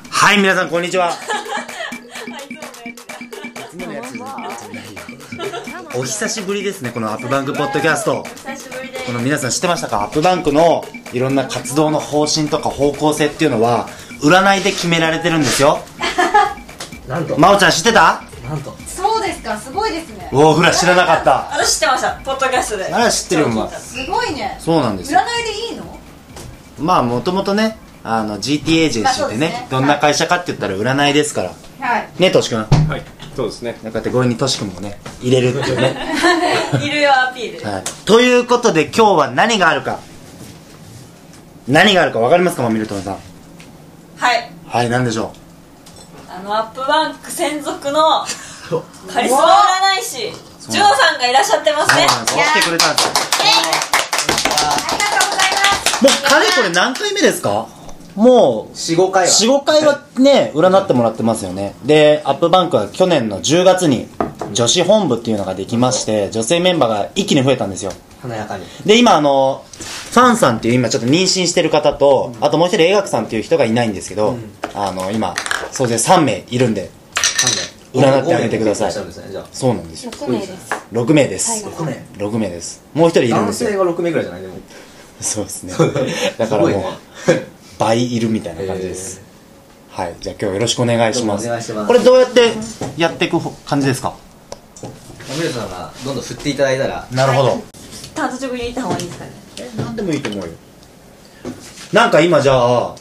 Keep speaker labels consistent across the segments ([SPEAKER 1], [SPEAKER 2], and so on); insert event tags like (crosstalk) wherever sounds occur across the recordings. [SPEAKER 1] はい、皆さん、こんにちは。いつものやつじゃないよ。お久しぶりですね、このアップバンクポッドキャスト。
[SPEAKER 2] 久しぶりで
[SPEAKER 1] この皆さん知ってましたかアップバンクのいろんな活動の方針とか方向性っていうのは、占いで決められてるんですよ。
[SPEAKER 3] なんと、
[SPEAKER 1] まおちゃん知ってた
[SPEAKER 3] なんと、
[SPEAKER 4] そうですか、すごいですね。
[SPEAKER 1] うお、ほら知らなかった。
[SPEAKER 2] 私知ってましたポッドキャストで
[SPEAKER 1] あら知ってるよお前
[SPEAKER 4] すごいね。
[SPEAKER 1] そうなんで
[SPEAKER 4] 占い
[SPEAKER 1] すよ。
[SPEAKER 4] でいいの？
[SPEAKER 1] まあ、もともとね、あの、GT エージェンシーってね、
[SPEAKER 4] まあそうですね
[SPEAKER 1] どんな会社かって言ったら占いですから。
[SPEAKER 4] はい。
[SPEAKER 1] ね、としくん。こ
[SPEAKER 3] はい、そうですね。
[SPEAKER 1] うやって強引にとしくんもね、入れるっていうね。
[SPEAKER 2] (laughs) いるよアピール
[SPEAKER 1] はい、ということで今日は何があるか何があるか分かりますかマミルトンさん
[SPEAKER 2] はい
[SPEAKER 1] はい何でしょ
[SPEAKER 2] あのアップバンク専属の
[SPEAKER 3] そう
[SPEAKER 2] カリスマ占い師
[SPEAKER 1] う
[SPEAKER 2] ジョーさんがいらっしゃって
[SPEAKER 1] う
[SPEAKER 2] ま
[SPEAKER 1] そ
[SPEAKER 2] す
[SPEAKER 1] う
[SPEAKER 2] ね
[SPEAKER 1] なんです来てくれたんですよ
[SPEAKER 4] ありがとうございます。
[SPEAKER 1] もうかれこれ何回目ですかもう
[SPEAKER 3] 4、5回は。
[SPEAKER 1] 45回はね占ってもらってますよねでアップバンクは去年の10月に女子本部っていうのができまして女性メンバーが一気に増えたんですよ
[SPEAKER 3] 華やかに。
[SPEAKER 1] で今あのファンさんっていう今ちょっと妊娠してる方と、あともう一人映学さんっていう人がいないんですけど、
[SPEAKER 3] うん
[SPEAKER 1] あの今総勢3名いるんで
[SPEAKER 3] なんで
[SPEAKER 1] (laughs) 占ってあげてください
[SPEAKER 3] 五名も結婚したんですねじゃあ
[SPEAKER 1] そうなんですよ
[SPEAKER 4] 六名です。
[SPEAKER 1] 6名です、
[SPEAKER 3] 六名
[SPEAKER 1] 6名ですもう一人いるんで
[SPEAKER 3] 男
[SPEAKER 1] す
[SPEAKER 3] 性
[SPEAKER 1] よ
[SPEAKER 3] が6名ぐらいじゃないでも。
[SPEAKER 1] そうですねだからもう
[SPEAKER 3] すごいね
[SPEAKER 1] 倍いるみたいな感じです、はいじゃあ今日よろしくお願いします
[SPEAKER 3] どうもお願いします
[SPEAKER 1] これどうやってやっていく感じですか
[SPEAKER 3] マミルさんがどんどん振っていただいたら、
[SPEAKER 1] なるほど、
[SPEAKER 2] 単独に行った方がいいですかね
[SPEAKER 1] え何でもいいと思うよなんか今じゃあ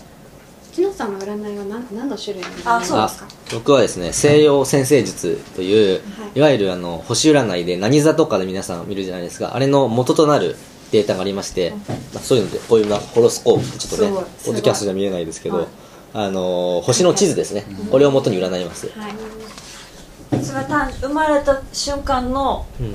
[SPEAKER 5] 木野さんの占いは何何の種類なんですか
[SPEAKER 2] あそうですか
[SPEAKER 6] 僕はですね西洋占星術という、い、わゆるあの星占いで何座とかで皆さん見るじゃないですかあれの元となるデータがありまして、まあ、そういうのでこういうなホロスコープってちょっとね
[SPEAKER 4] すごい
[SPEAKER 6] ポッドキャストじゃ見えないですけど、
[SPEAKER 4] はい
[SPEAKER 6] あのー星の地図ですね、これを元に占います、
[SPEAKER 5] はい
[SPEAKER 2] それは単生まれた瞬間の
[SPEAKER 6] うん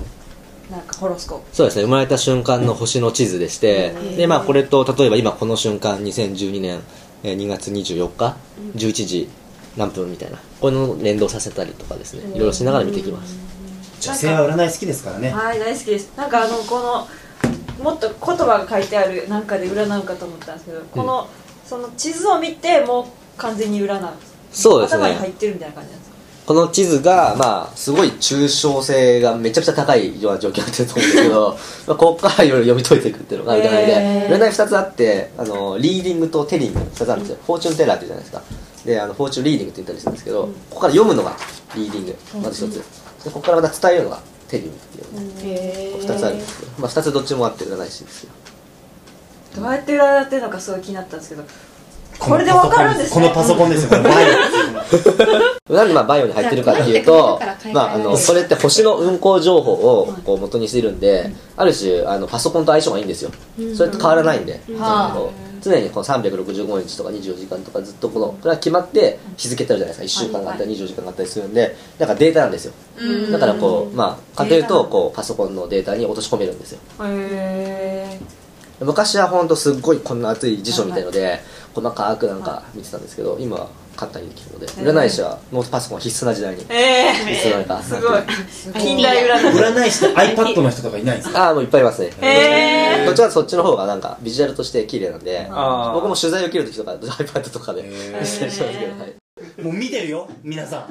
[SPEAKER 2] なんかホロスコープ
[SPEAKER 6] そうですね生まれた瞬間の星の地図でして、でまあこれと例えば今この瞬間2012年えー2月24日11時何分みたいなこれの連動させたりとかですねいろいろしながら見ていきます
[SPEAKER 1] 女性は占い好きですからね
[SPEAKER 2] はい大好きですなんかあのこのもっと言葉が書いてあるなんかで占うかと思ったんですけどこのその地図を見てもう完全に占う
[SPEAKER 6] そうですね
[SPEAKER 2] 頭に入ってるみたいな感じなんですか
[SPEAKER 6] この地図が、まあ、すごい抽象性がめちゃくちゃ高いような状況になってると思うんですけ
[SPEAKER 2] (laughs)
[SPEAKER 6] ど、まあ、ここからいろいろ読み解いていくっていうのが占い
[SPEAKER 2] へ
[SPEAKER 6] で、
[SPEAKER 2] ー
[SPEAKER 6] 占い2つあって、あの、リーディングとテリング2つあるんですよ。フォーチュンテラーっていうじゃないですか。で、あの、フォーチュンリーディングって言ったりするんですけど、ここから読むのがリーディング、まず1つ。で、ここからまた伝えるのがテリングっていうね、2つあるんですけど、まあ、2つどっちもあって占い師ですよ。
[SPEAKER 2] どうやって占ってるのかすごい気になったんですけどこれでわかるんですね
[SPEAKER 1] このパソコンですよこのパソコンですよこれ前に
[SPEAKER 6] なんでまあバイオに入ってるかっていうと
[SPEAKER 5] じゃあどうやって買い替え、
[SPEAKER 6] まああの、それって星の運行情報をこう元にしているんで、ある種、あの、パソコンと相性がいいんですよ。それって変わらないんで、ずっと
[SPEAKER 2] は
[SPEAKER 6] 常にこの365日とか24時間とかずっとこの、これは決まって日付ってあるじゃないですか。1週間があったり24時間があったりするんで、なんかデータなんですよ。
[SPEAKER 2] うん
[SPEAKER 6] だからこう、まあ、かというと、こう、パソコンのデータに落とし込めるんですよ。
[SPEAKER 2] へ
[SPEAKER 6] 昔は本当すっごいこんな熱い辞書みたいので細かくなんか見てたんですけど今は簡単にできるので
[SPEAKER 2] ー
[SPEAKER 6] 占い師はノートパソコン必須な時代に
[SPEAKER 2] ええ
[SPEAKER 6] 必須なのか
[SPEAKER 2] すごい近代占
[SPEAKER 1] (laughs)
[SPEAKER 2] い
[SPEAKER 1] 占い師って iPad の人とかいないんですか
[SPEAKER 6] ああもういっぱいいますね
[SPEAKER 2] へー
[SPEAKER 6] どっちらかというとそっちの方がなんかビジュアルとして綺麗なんで
[SPEAKER 3] あー
[SPEAKER 6] 僕も取材を受ける時とか iPad とかで見せたりしてますけどはい
[SPEAKER 1] もう見てるよ皆さん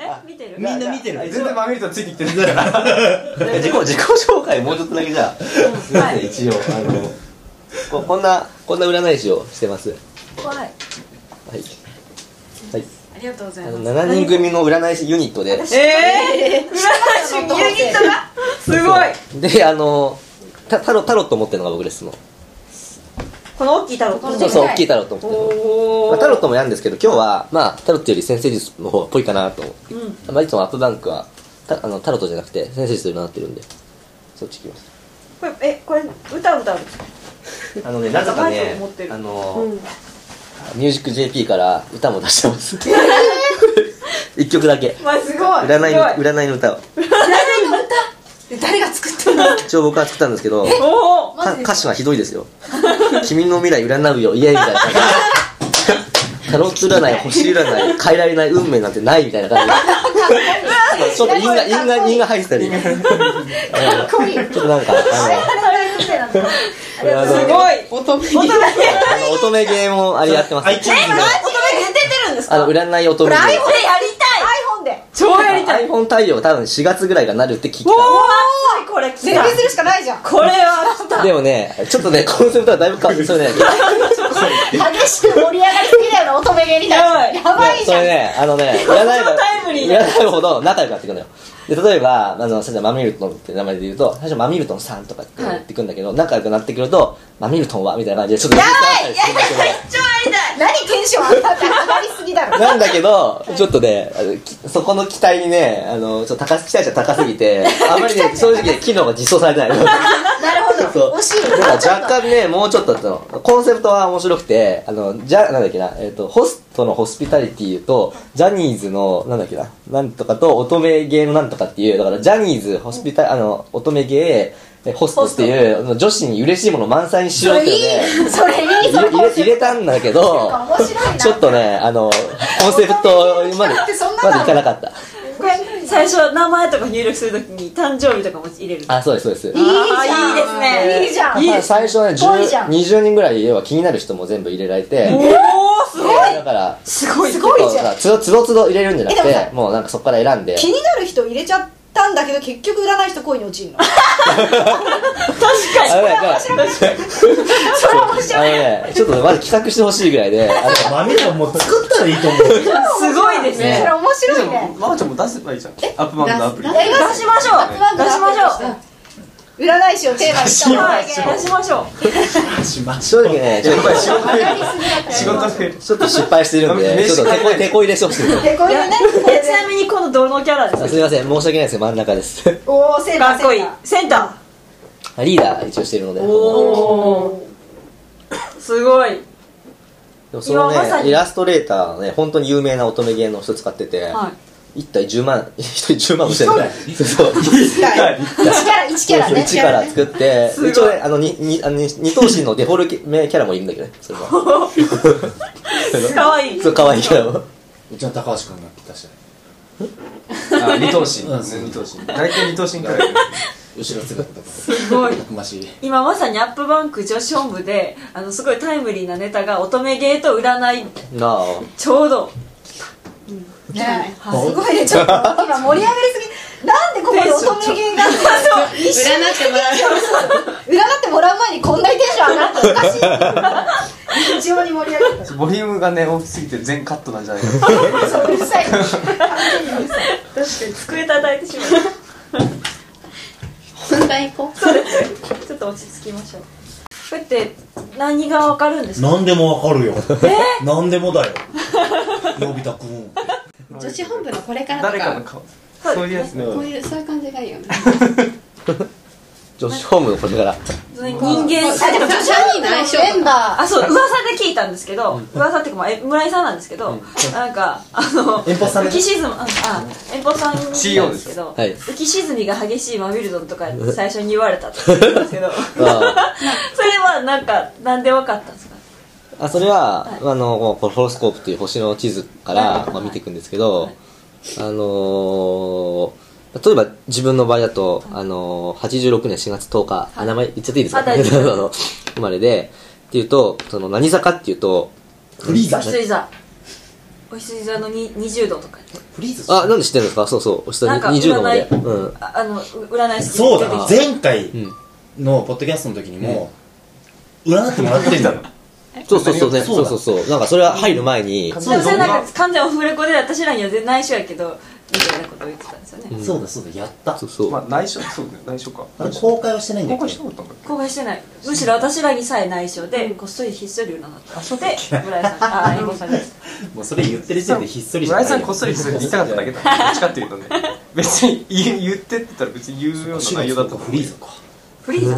[SPEAKER 2] え見てる
[SPEAKER 1] みんな見てる
[SPEAKER 3] 全然マミルとついてきて
[SPEAKER 1] (laughs)
[SPEAKER 3] るから。
[SPEAKER 6] (laughs) 自己自己紹介もうちょっとだけじゃあすいません
[SPEAKER 2] はい
[SPEAKER 6] 一応あのここんなこんな占い師をしてますは
[SPEAKER 2] はい
[SPEAKER 6] いはい
[SPEAKER 2] ありがとうござ
[SPEAKER 6] あ
[SPEAKER 2] い
[SPEAKER 6] の
[SPEAKER 2] ます
[SPEAKER 6] 7人組の占い師ユニットで
[SPEAKER 2] ええー、占い師ユニットがすごい
[SPEAKER 6] であのタタロタロット持ってるのが僕ですもん
[SPEAKER 2] この大きいタロット
[SPEAKER 6] そうそう
[SPEAKER 4] はい
[SPEAKER 6] 大きいタロット持ってるの
[SPEAKER 2] お
[SPEAKER 6] ま
[SPEAKER 2] お
[SPEAKER 6] あ、タロットもやるんですけど今日は、まあ、タロットより先生術の方っぽいかなと思って、
[SPEAKER 2] う
[SPEAKER 6] まあ、いつもアップバンクはたあのタロットじゃなくて先生術で占ってるんでそっち行きます
[SPEAKER 2] これえこれ歌歌う
[SPEAKER 6] あのねなぜか
[SPEAKER 2] タロッ
[SPEAKER 6] ね
[SPEAKER 2] ト持ってる
[SPEAKER 6] あの、ミュージック JP から歌も出してます (laughs) 一曲だけ
[SPEAKER 2] わすごい
[SPEAKER 6] 占いの
[SPEAKER 2] すごい
[SPEAKER 6] 占いの歌を
[SPEAKER 4] 誰が作ったの？
[SPEAKER 6] 一応僕は作ったんですけど
[SPEAKER 2] おお
[SPEAKER 4] マジ
[SPEAKER 6] か
[SPEAKER 4] で
[SPEAKER 6] 歌
[SPEAKER 4] すか
[SPEAKER 6] 詞はひどいですよ (laughs) 君の未来占うよイエイみたいな感じタロット占い星占い変えられない運命なんてないみたいな感じでちょっと因が、因が、因が入ってたり。ち
[SPEAKER 4] こいい。
[SPEAKER 6] ょっとなんか、あ
[SPEAKER 2] すごい乙女乙女
[SPEAKER 6] の、あの乙女ゲームをあれやってます。
[SPEAKER 1] iTunes
[SPEAKER 2] 出てるんですか
[SPEAKER 6] あの、占い乙
[SPEAKER 2] これ
[SPEAKER 6] 女
[SPEAKER 2] iPhone で
[SPEAKER 6] で
[SPEAKER 2] やりたい iPhone で超やりたい
[SPEAKER 6] iPhone 対応多分4月ぐらいがなるって聞い
[SPEAKER 2] おー
[SPEAKER 6] た
[SPEAKER 2] これ来
[SPEAKER 4] 設
[SPEAKER 2] た
[SPEAKER 4] 定するしかないじゃん
[SPEAKER 2] これは来た
[SPEAKER 6] でもね、ちょっとね、コンセプトはだいぶ変わってそうね。
[SPEAKER 4] 激しく盛り上がりすぎだよな乙女芸人
[SPEAKER 2] やば
[SPEAKER 4] た
[SPEAKER 2] い
[SPEAKER 4] ちやばい
[SPEAKER 6] そ
[SPEAKER 4] じゃ
[SPEAKER 6] れ
[SPEAKER 4] ん
[SPEAKER 6] ね、あのね、
[SPEAKER 2] こっち
[SPEAKER 6] 占
[SPEAKER 2] も
[SPEAKER 6] いば
[SPEAKER 2] タイムリーだ
[SPEAKER 6] 占いほど仲良くなっていくのよ。で、例えば、あの、最初マミルトンって名前で言うと、最初マミルトンさんとかって言ってくんだけど、仲良くなってくると、マミルトンはみたいな感じで、ちょっとやばい
[SPEAKER 4] 超やりたい何テンション上がったって上がりすぎだろ
[SPEAKER 6] なんだけど、ちょっとね、あのきそこの期待にね、あの、ちょっと高す、期待値が高すぎて、あんまりね、正直ね、機能が実装されてない。
[SPEAKER 4] なるほ
[SPEAKER 6] そう
[SPEAKER 4] ど惜しい
[SPEAKER 6] だから若干ね、もうちょっとだったの。コンセプトは面白くて、あの、じゃ、なんだっけな、えっ、と、ホストのホスピタリティと、ジャニーズの、なんだっけな、なんとかと、乙女芸のなんとかっていう、だから、ジャニーズ、ホスピタリ、あの、乙女芸、えホストっていう、あの女子に嬉しいもの満載にしようっていうね、
[SPEAKER 4] (laughs) それいい
[SPEAKER 6] 入れ入れ入れたんだけど、
[SPEAKER 4] 面白いな
[SPEAKER 6] ちょっとね、あの、コンセプトまで、
[SPEAKER 4] だってそんなの
[SPEAKER 6] までいかなかった。
[SPEAKER 2] これ最初名前とか入力するときに誕生日とかも入れる
[SPEAKER 6] あ、そうです、そうです。
[SPEAKER 4] いいじゃん
[SPEAKER 2] あーいいですね
[SPEAKER 4] いいじゃん
[SPEAKER 2] いい
[SPEAKER 6] まあ最初ね、
[SPEAKER 4] ぽいじゃ
[SPEAKER 6] 10
[SPEAKER 4] ん
[SPEAKER 6] 20人ぐらい、要は気になる人も全部入れられて、
[SPEAKER 2] おおすごい
[SPEAKER 6] だから、
[SPEAKER 2] すごい
[SPEAKER 4] すごい
[SPEAKER 6] そう
[SPEAKER 4] じゃん
[SPEAKER 6] だつどつどつど入れるんじゃなく
[SPEAKER 4] えでも
[SPEAKER 6] て、もうなんかそこから選んで、
[SPEAKER 4] 気になる人入れちゃったんだけど結局占い人恋に陥るの
[SPEAKER 2] 確かに
[SPEAKER 6] あのね、だから
[SPEAKER 4] それ面
[SPEAKER 6] あの
[SPEAKER 4] 白い
[SPEAKER 6] ね、ちょっとまず企画してほしいぐらいで、あの
[SPEAKER 1] マミルもう作ったらいいと思う
[SPEAKER 2] すごいですね
[SPEAKER 4] それ面白いね
[SPEAKER 7] ママちゃんも出せばいいじゃんアップバンドのアプリ
[SPEAKER 5] 出す
[SPEAKER 2] 出しましょう出しましょう
[SPEAKER 4] 占い師をテーマにした
[SPEAKER 2] はい
[SPEAKER 4] 方がい
[SPEAKER 2] 出しましょう
[SPEAKER 6] 正直
[SPEAKER 4] (laughs)
[SPEAKER 6] ね、ちょっと
[SPEAKER 7] 仕事増える仕事増える
[SPEAKER 6] ちょっと失敗してるん
[SPEAKER 7] 名
[SPEAKER 4] (laughs)
[SPEAKER 6] で、ちょ
[SPEAKER 7] 刺
[SPEAKER 6] っと手こ手
[SPEAKER 7] 変えない
[SPEAKER 6] こ入れしてほしい。
[SPEAKER 4] いでこれでねこれ
[SPEAKER 2] え
[SPEAKER 4] で
[SPEAKER 2] ちなみに今度どのキャラです
[SPEAKER 6] あすみません、申し訳ないです真ん中です。 (laughs)
[SPEAKER 4] おおセー
[SPEAKER 2] か
[SPEAKER 4] ター
[SPEAKER 2] っこいい
[SPEAKER 4] セー
[SPEAKER 2] センタ
[SPEAKER 6] リーダー一応してるので
[SPEAKER 2] ー、おおすごい
[SPEAKER 6] でもその
[SPEAKER 2] 今まさ
[SPEAKER 6] ね、
[SPEAKER 2] に
[SPEAKER 6] イラストレーターのね、本当に有名な乙女芸の人使ってて、
[SPEAKER 2] は
[SPEAKER 6] 一体10万、 (laughs) 一人10万もしてるから、そうそう。
[SPEAKER 4] ター1キャラ1キャラね
[SPEAKER 6] 一から作って
[SPEAKER 2] すごい
[SPEAKER 6] 一応ねあのににあのに二等身のデフォルメキャラもいるんだけどねそ
[SPEAKER 2] (laughs)
[SPEAKER 6] れは
[SPEAKER 2] かわいい
[SPEAKER 6] そう可愛いキャラも
[SPEAKER 1] うちの高橋君が出して
[SPEAKER 7] あ二等身
[SPEAKER 1] うん
[SPEAKER 7] 二等身大体二等身くらい
[SPEAKER 1] 後ろ姿とか
[SPEAKER 2] すごい
[SPEAKER 1] たくましい
[SPEAKER 2] 今まさにアップバンク女子本部であのすごいタイムリーなネタが乙女芸と占い
[SPEAKER 6] なあ
[SPEAKER 2] ちょうど
[SPEAKER 4] ねすごいねちょっと今盛り上がりすぎなんでここで乙女芸が一
[SPEAKER 5] 占
[SPEAKER 4] 瞬
[SPEAKER 5] ってもらう
[SPEAKER 4] 占ってもらう前にこんなにテンション上がったおかしい非常に盛り上がっ
[SPEAKER 7] ボリュームがね大きすぎて全カットなんじゃないかな
[SPEAKER 4] たそううるさい
[SPEAKER 2] 確かに机叩いてしまう
[SPEAKER 5] 本題行こう
[SPEAKER 2] ちょっと落ち着きましょうこれって何がわかるんですか
[SPEAKER 1] 何でもわかるよ何でもだよのび太くん
[SPEAKER 5] 女子本部のこれからと
[SPEAKER 7] 誰
[SPEAKER 5] か
[SPEAKER 7] かの顔そういうやつね
[SPEAKER 5] こういうそういう感じがいいよね
[SPEAKER 6] 女子ホームのこれから
[SPEAKER 2] それ人間
[SPEAKER 4] あでもジャニーの相性メンバー
[SPEAKER 2] あそう噂で聞いたんですけど、噂っていうかまあえ村井さんなんですけど、なんかあの
[SPEAKER 1] 遠方さんね
[SPEAKER 2] 浮き沈むああ遠方さんに聞いたんですけど
[SPEAKER 6] CEO で
[SPEAKER 2] 浮き沈みが激しいマビルドンとか最初に言われたって言ったんですけど (laughs) それ
[SPEAKER 6] あ
[SPEAKER 2] はなんかなんでわかったんですか
[SPEAKER 6] あそれは、あのこうこのホロスコープという星の地図から、
[SPEAKER 2] はい
[SPEAKER 6] まあ、見ていくんですけど、あのー例えば自分の場合だと、あのー86年4月10日、あ名前言っちゃっていいですか
[SPEAKER 2] あ大丈夫
[SPEAKER 6] (laughs) あの生まれでっていうとその何坂っていうと
[SPEAKER 1] フリーザ
[SPEAKER 2] お羊座お羊座のに20度とか
[SPEAKER 1] フリーザ
[SPEAKER 6] あなんで知ってるんですかそうそうお下
[SPEAKER 2] なん
[SPEAKER 6] に
[SPEAKER 2] か
[SPEAKER 6] 20の方で、
[SPEAKER 2] 占い
[SPEAKER 6] うん、
[SPEAKER 2] ああのう占い師
[SPEAKER 1] そうだ前回
[SPEAKER 6] うん
[SPEAKER 1] のポッドキャストの時にも占ってもらってんだよ
[SPEAKER 6] そうそうそうね、
[SPEAKER 1] そ
[SPEAKER 6] そうう
[SPEAKER 1] だ
[SPEAKER 6] そうそう。なんかそれは入る前に、
[SPEAKER 2] でもそれなんか完全オフレコで私らには全然内緒やけどみたいなことを言ってたんですよね、
[SPEAKER 6] ん
[SPEAKER 1] そうだそうだやった
[SPEAKER 6] そうそう。
[SPEAKER 7] まあ内緒そうね内緒か
[SPEAKER 1] あれ公開はしてないんだ
[SPEAKER 7] 公
[SPEAKER 1] っけ
[SPEAKER 7] 開したことあったんだっ
[SPEAKER 2] 公開してないむしろ私らにさえ内緒で、こっそりひっそり占ったで村井さん
[SPEAKER 6] (laughs)
[SPEAKER 2] あ英語さんです
[SPEAKER 1] もうそれ言ってる時点でひっそ
[SPEAKER 7] け
[SPEAKER 1] りじゃ
[SPEAKER 7] 村
[SPEAKER 1] な
[SPEAKER 7] 井
[SPEAKER 1] い
[SPEAKER 7] さんこっそり言いたかっただけだどっちかっていうとね別に言う言ってって言ったら別に言うような内容だった
[SPEAKER 1] フリーザか
[SPEAKER 2] フリーザ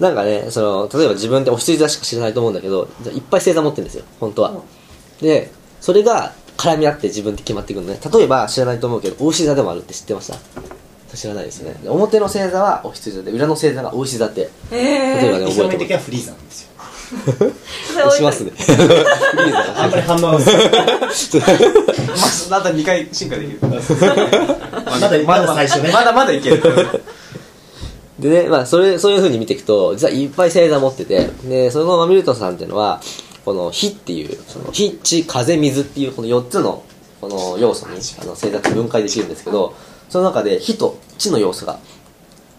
[SPEAKER 6] なんかね、その、例えば自分ってお羊座しか知らないと思うんだけど、いっぱい星座持ってるんですよ、本当は。で、それが絡み合って自分って決まってくるのね。例えば知らないと思うけど、お牛座でもあるって知ってました知らないですね。で表の星座はお羊座で、裏の星座がお牛座って、例え
[SPEAKER 2] ええ
[SPEAKER 6] ばね、
[SPEAKER 1] 表
[SPEAKER 6] 覚え
[SPEAKER 1] 面的
[SPEAKER 6] ても
[SPEAKER 1] に
[SPEAKER 6] ら
[SPEAKER 1] はフリーザなんですよ
[SPEAKER 2] ー、
[SPEAKER 6] う。押しますね。
[SPEAKER 1] あんまり反応が薄い
[SPEAKER 7] まだ2回進化できる
[SPEAKER 1] (laughs) まだまだ最初ね
[SPEAKER 7] まだまだい
[SPEAKER 1] (laughs)
[SPEAKER 7] ける
[SPEAKER 6] でね、まあ、それ、そういう風に見ていくと、実はいっぱい星座持ってて、で、そのマミルトンさんっていうのは、この火っていう、その火、地、風、水っていうこの4つのこの要素にあの正確に分解できるんですけど、その中で火と地の要素が、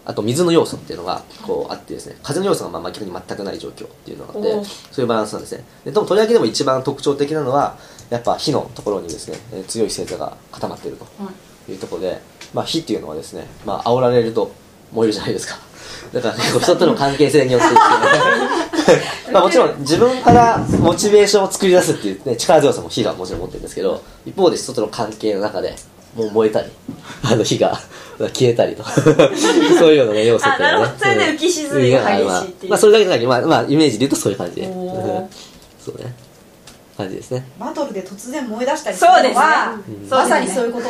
[SPEAKER 6] あと水の要素っていうのがこうあってですね、風の要素がまあまあ逆に全くない状況っていうのがあっ
[SPEAKER 2] お
[SPEAKER 6] て
[SPEAKER 2] う、
[SPEAKER 6] そういうバランスなんですね。で、でもとりわけでも一番特徴的なのは、やっぱ火のところにですね、えー強い星座が固まっていると。いうところで、まあ、火っていうのはですね、まあ煽られると燃えるじゃないですか。だから、ね、人との関係性によって
[SPEAKER 2] (laughs)
[SPEAKER 6] ですねまあもちろん自分からモチベーションを作り出すっていう、ね、力強さも火がもちろん持ってるんですけど、一方で人との関係の中で、もう燃えたり、あの火が消え
[SPEAKER 2] (laughs)
[SPEAKER 6] たりとか、そういうようなね、要素っていうの
[SPEAKER 2] あなるほどそれで浮き沈みが激しいっていう
[SPEAKER 6] まあまあそれだけじゃなくて、まあ、まあ、イメージで言うとそういう感じで。
[SPEAKER 2] おー
[SPEAKER 6] (laughs) そうね。感じですね。
[SPEAKER 4] バトルで突然燃え出したり
[SPEAKER 2] そうですね
[SPEAKER 4] は
[SPEAKER 2] ん
[SPEAKER 4] まさにそういうこと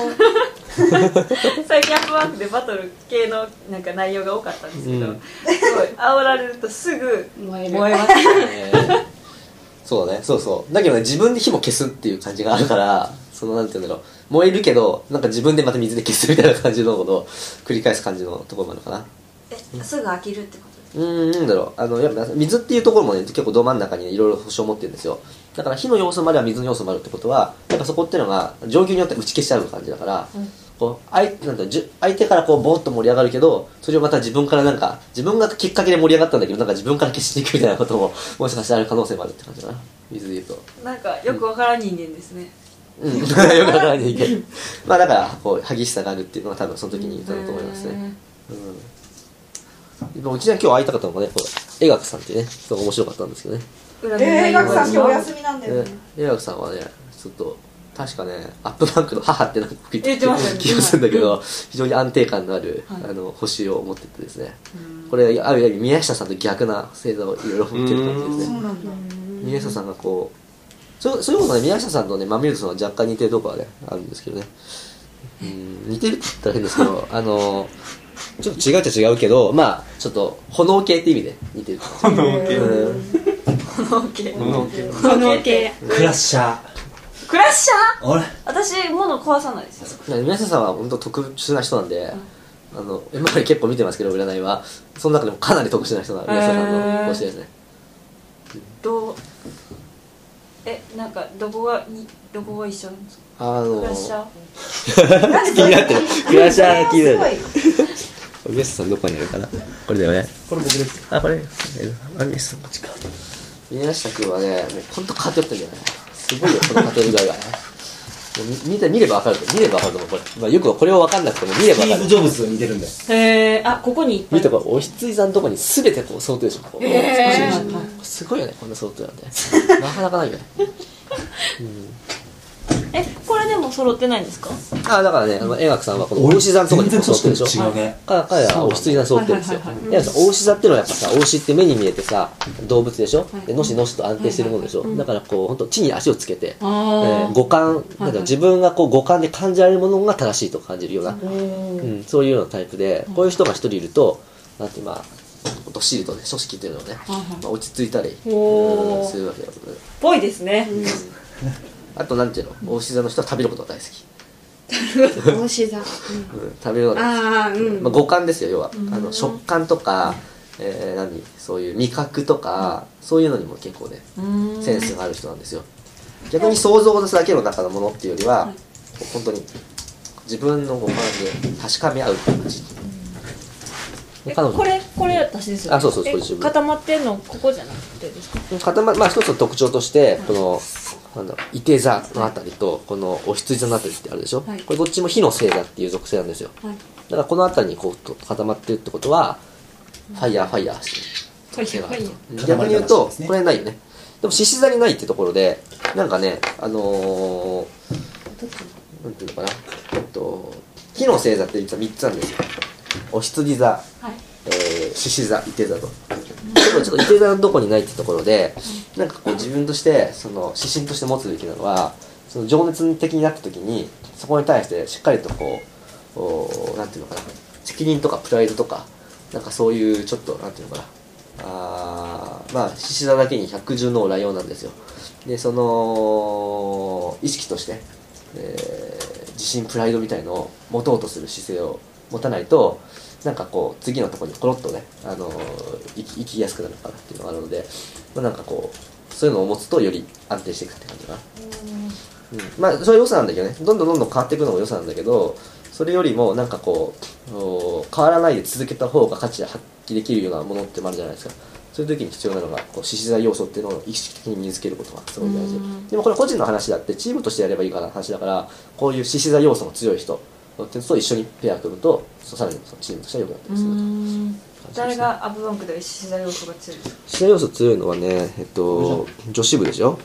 [SPEAKER 2] 最近アップワークでバトル系のなんか内容が多かったんですけど、
[SPEAKER 6] うん
[SPEAKER 2] すごい煽られるとすぐ
[SPEAKER 5] 燃える
[SPEAKER 2] 燃えます (laughs)
[SPEAKER 6] えー (laughs) そうだね、そうそう。だけどね、自分で火も消すっていう感じがあるから、その、なんて言うんだろう。燃えるけど、なんか自分でまた水で消すみたいな感じのことを繰り返す感じのところもあるのかな。
[SPEAKER 2] えすぐ飽きるってこと
[SPEAKER 6] うーん、なんだろう。あの、やっぱ水っていうところもね、結構ど真ん中にねいろいろ保証を持ってるんですよ。だから火の要素もあれば水の要素もあるってことは、やっぱそこっていうのが、状況によって打ち消しちゃう感じだから、こう、相なんかじゅ相手からこう、ぼーっと盛り上がるけど、それをまた自分からなんか、自分がきっかけで盛り上がったんだけど、なんか自分から消しに行くみたいなことも、もしかしたらある可能性もあるって感じだな。水で言うと。
[SPEAKER 2] なんかよくわからん人間ですね、
[SPEAKER 6] うん、 (laughs) よくわからないけど。まあだから、こう、激しさがあるっていうのは多分その時に言ったんだと思いますね。うん。でもうちには今日会いたかったのがね、こう、江学さんっていうね、人が面白かったんですけどね。
[SPEAKER 2] 裏の
[SPEAKER 4] え
[SPEAKER 2] 内容
[SPEAKER 4] ー、ガクさん今日お
[SPEAKER 2] は
[SPEAKER 4] 休みなんだよね
[SPEAKER 6] え江学さんはね、ちょっと、確かね、アップバンクの母ってなんか言
[SPEAKER 2] 言ってましたね
[SPEAKER 6] 気がするんだけど、非常に安定感のある、あの、星を持っててですね。これ、ある意味宮下さんと逆な星座をいろいろ持ってる感じです
[SPEAKER 4] そう
[SPEAKER 6] ね。
[SPEAKER 4] なんだ
[SPEAKER 6] 宮下さんがこう、そうそういうことね、宮下さんとね、マミルさんは若干似てるとこはね、あるんですけどね。うん、似てるって言ったら変ですけど、あの、ちょっと違うっちゃ違うけど、まあ、ちょっと、炎系って意味で似てる感じ。
[SPEAKER 7] 炎系
[SPEAKER 6] うん
[SPEAKER 2] 炎系
[SPEAKER 7] 炎系
[SPEAKER 5] 炎系
[SPEAKER 1] クラッシャー
[SPEAKER 2] クラッシャー
[SPEAKER 1] あれ
[SPEAKER 2] 私物壊さないですよ
[SPEAKER 6] いや皆さんは本当特殊な人なんで、あの今まで結構見てますけど占いはその中でもかなり特殊な人な皆さんの推しですね、
[SPEAKER 2] どうえなんかどこがにどこが一緒なんですか
[SPEAKER 6] あの
[SPEAKER 2] クラッシャー
[SPEAKER 6] 気になってるクラッシャーが気に
[SPEAKER 4] す
[SPEAKER 6] な
[SPEAKER 4] ご
[SPEAKER 6] る
[SPEAKER 4] い
[SPEAKER 6] 宮下さんどこにあるかなこれだよね
[SPEAKER 1] これ僕です
[SPEAKER 6] あこれあ宮下さんこっちか宮下君はねもう本当偏ってるんじゃないすごいよこの偏り具合がねもう見見て見ればわかる見ればわかると思うこれ、まあ、よくはこれをわかんなくても見れば
[SPEAKER 1] ス
[SPEAKER 6] わ
[SPEAKER 1] ティ
[SPEAKER 6] か
[SPEAKER 1] ー
[SPEAKER 6] る
[SPEAKER 1] ブ・ジョブズと似てるんで
[SPEAKER 2] へえあここにいっぱい
[SPEAKER 6] 見てこれおひついさんのとこに全てこう相当でしょこう
[SPEAKER 2] え
[SPEAKER 6] すごいよねこんな相当なんて (laughs) なかなかないよね
[SPEAKER 2] えこれでも揃ってないんですか
[SPEAKER 6] あだからね、あの円楽さんはこの大牛座のとこにも座ってるでし
[SPEAKER 1] 全然
[SPEAKER 6] ょ
[SPEAKER 1] 違うね
[SPEAKER 6] か彼らはお羊座に座ってるんですよで大牛座っていうのはやっぱさ大牛って目に見えてさ動物でしょでのしのしと安定してるものでしょだからこう本当地に足をつけて、えー五感なんか自分がこう五感で感じられるものが正しいと感じるような、うん、そういうようなタイプでこういう人が一人いるとなんてまあどっしりとね組織っていうのをね、まあ、落ち着いたり
[SPEAKER 2] おー
[SPEAKER 6] うんするわけだよね
[SPEAKER 2] ぽいですね
[SPEAKER 6] あとなんていうの大牛座の人は食べることが大好き
[SPEAKER 5] 帽子座
[SPEAKER 6] うん食べるのが大好き
[SPEAKER 5] ああうん
[SPEAKER 6] まあ、五感ですよ要はあの食感とか、えー何そういう味覚とか、そういうのにも結構ねセンスがある人なんですよ逆に想像だけの中のものっていうよりは、こう本当に自分の五感で確かめ合うっていう感じ
[SPEAKER 2] え
[SPEAKER 6] 彼女
[SPEAKER 2] これこれ私ですよね
[SPEAKER 6] あそうそう
[SPEAKER 2] え
[SPEAKER 6] これ自分
[SPEAKER 2] 固まってんのここじゃなくてですか
[SPEAKER 6] 固ままあ、一つの特徴としてこのなんだろういて座のあたりとこのお羊座のあたりってあるでしょ、
[SPEAKER 5] はい
[SPEAKER 6] これどっちも火の星座っていう属性なんですよ
[SPEAKER 5] はい
[SPEAKER 6] だからこのあたりにこうと固まってるってことはファイヤーファイヤーしてる
[SPEAKER 2] これ100円
[SPEAKER 6] 逆に言うと、
[SPEAKER 1] ですね
[SPEAKER 6] これないよね。でも、獅子座にないってところで、なんかね、あのー、なんていうのかな、えっと、火の星座って実は3つなんですよ。お羊座、えー獅子座、いて座と。でもちょっといて座のとこにないってところで、なんかこう自分として、その指針として持つべきなのは、その情熱的になった時に、そこに対してしっかりとこう、おーなんていうのかな、責任とかプライドとか、なんかそういうちょっと、なんていうのかな、あーまあ、獅子座だけに百獣のライオンなんですよ。で、その、意識として、えー自信、プライドみたいのを持とうとする姿勢を持たないと、なんかこう、次のところにコロッとね、あのー、行き行きやすくなるかなっていうのがあるので、まあ、なんかこう、そういうのを持つとより安定していくって感じかな、うんまあそれは良さなんだけどねどんどんどんどん変わっていくのも良さなんだけどそれよりもなんかこうお変わらないで続けた方が価値発揮できるようなものってもあるじゃないですかそういう時に必要なのがこう獅子座要素っていうのを意識的に身につけることがすごく大事でもこれ個人の話であってチームとしてやればいいかな話だからこういう獅子座要素の強い人っていうのと一緒にペア組むとそうさらにそのチームとしては良くなったりすると
[SPEAKER 2] 誰がアップバンクで石田要素が強いですか
[SPEAKER 6] 試合要素強いのはね、えっと、女子部でしょ、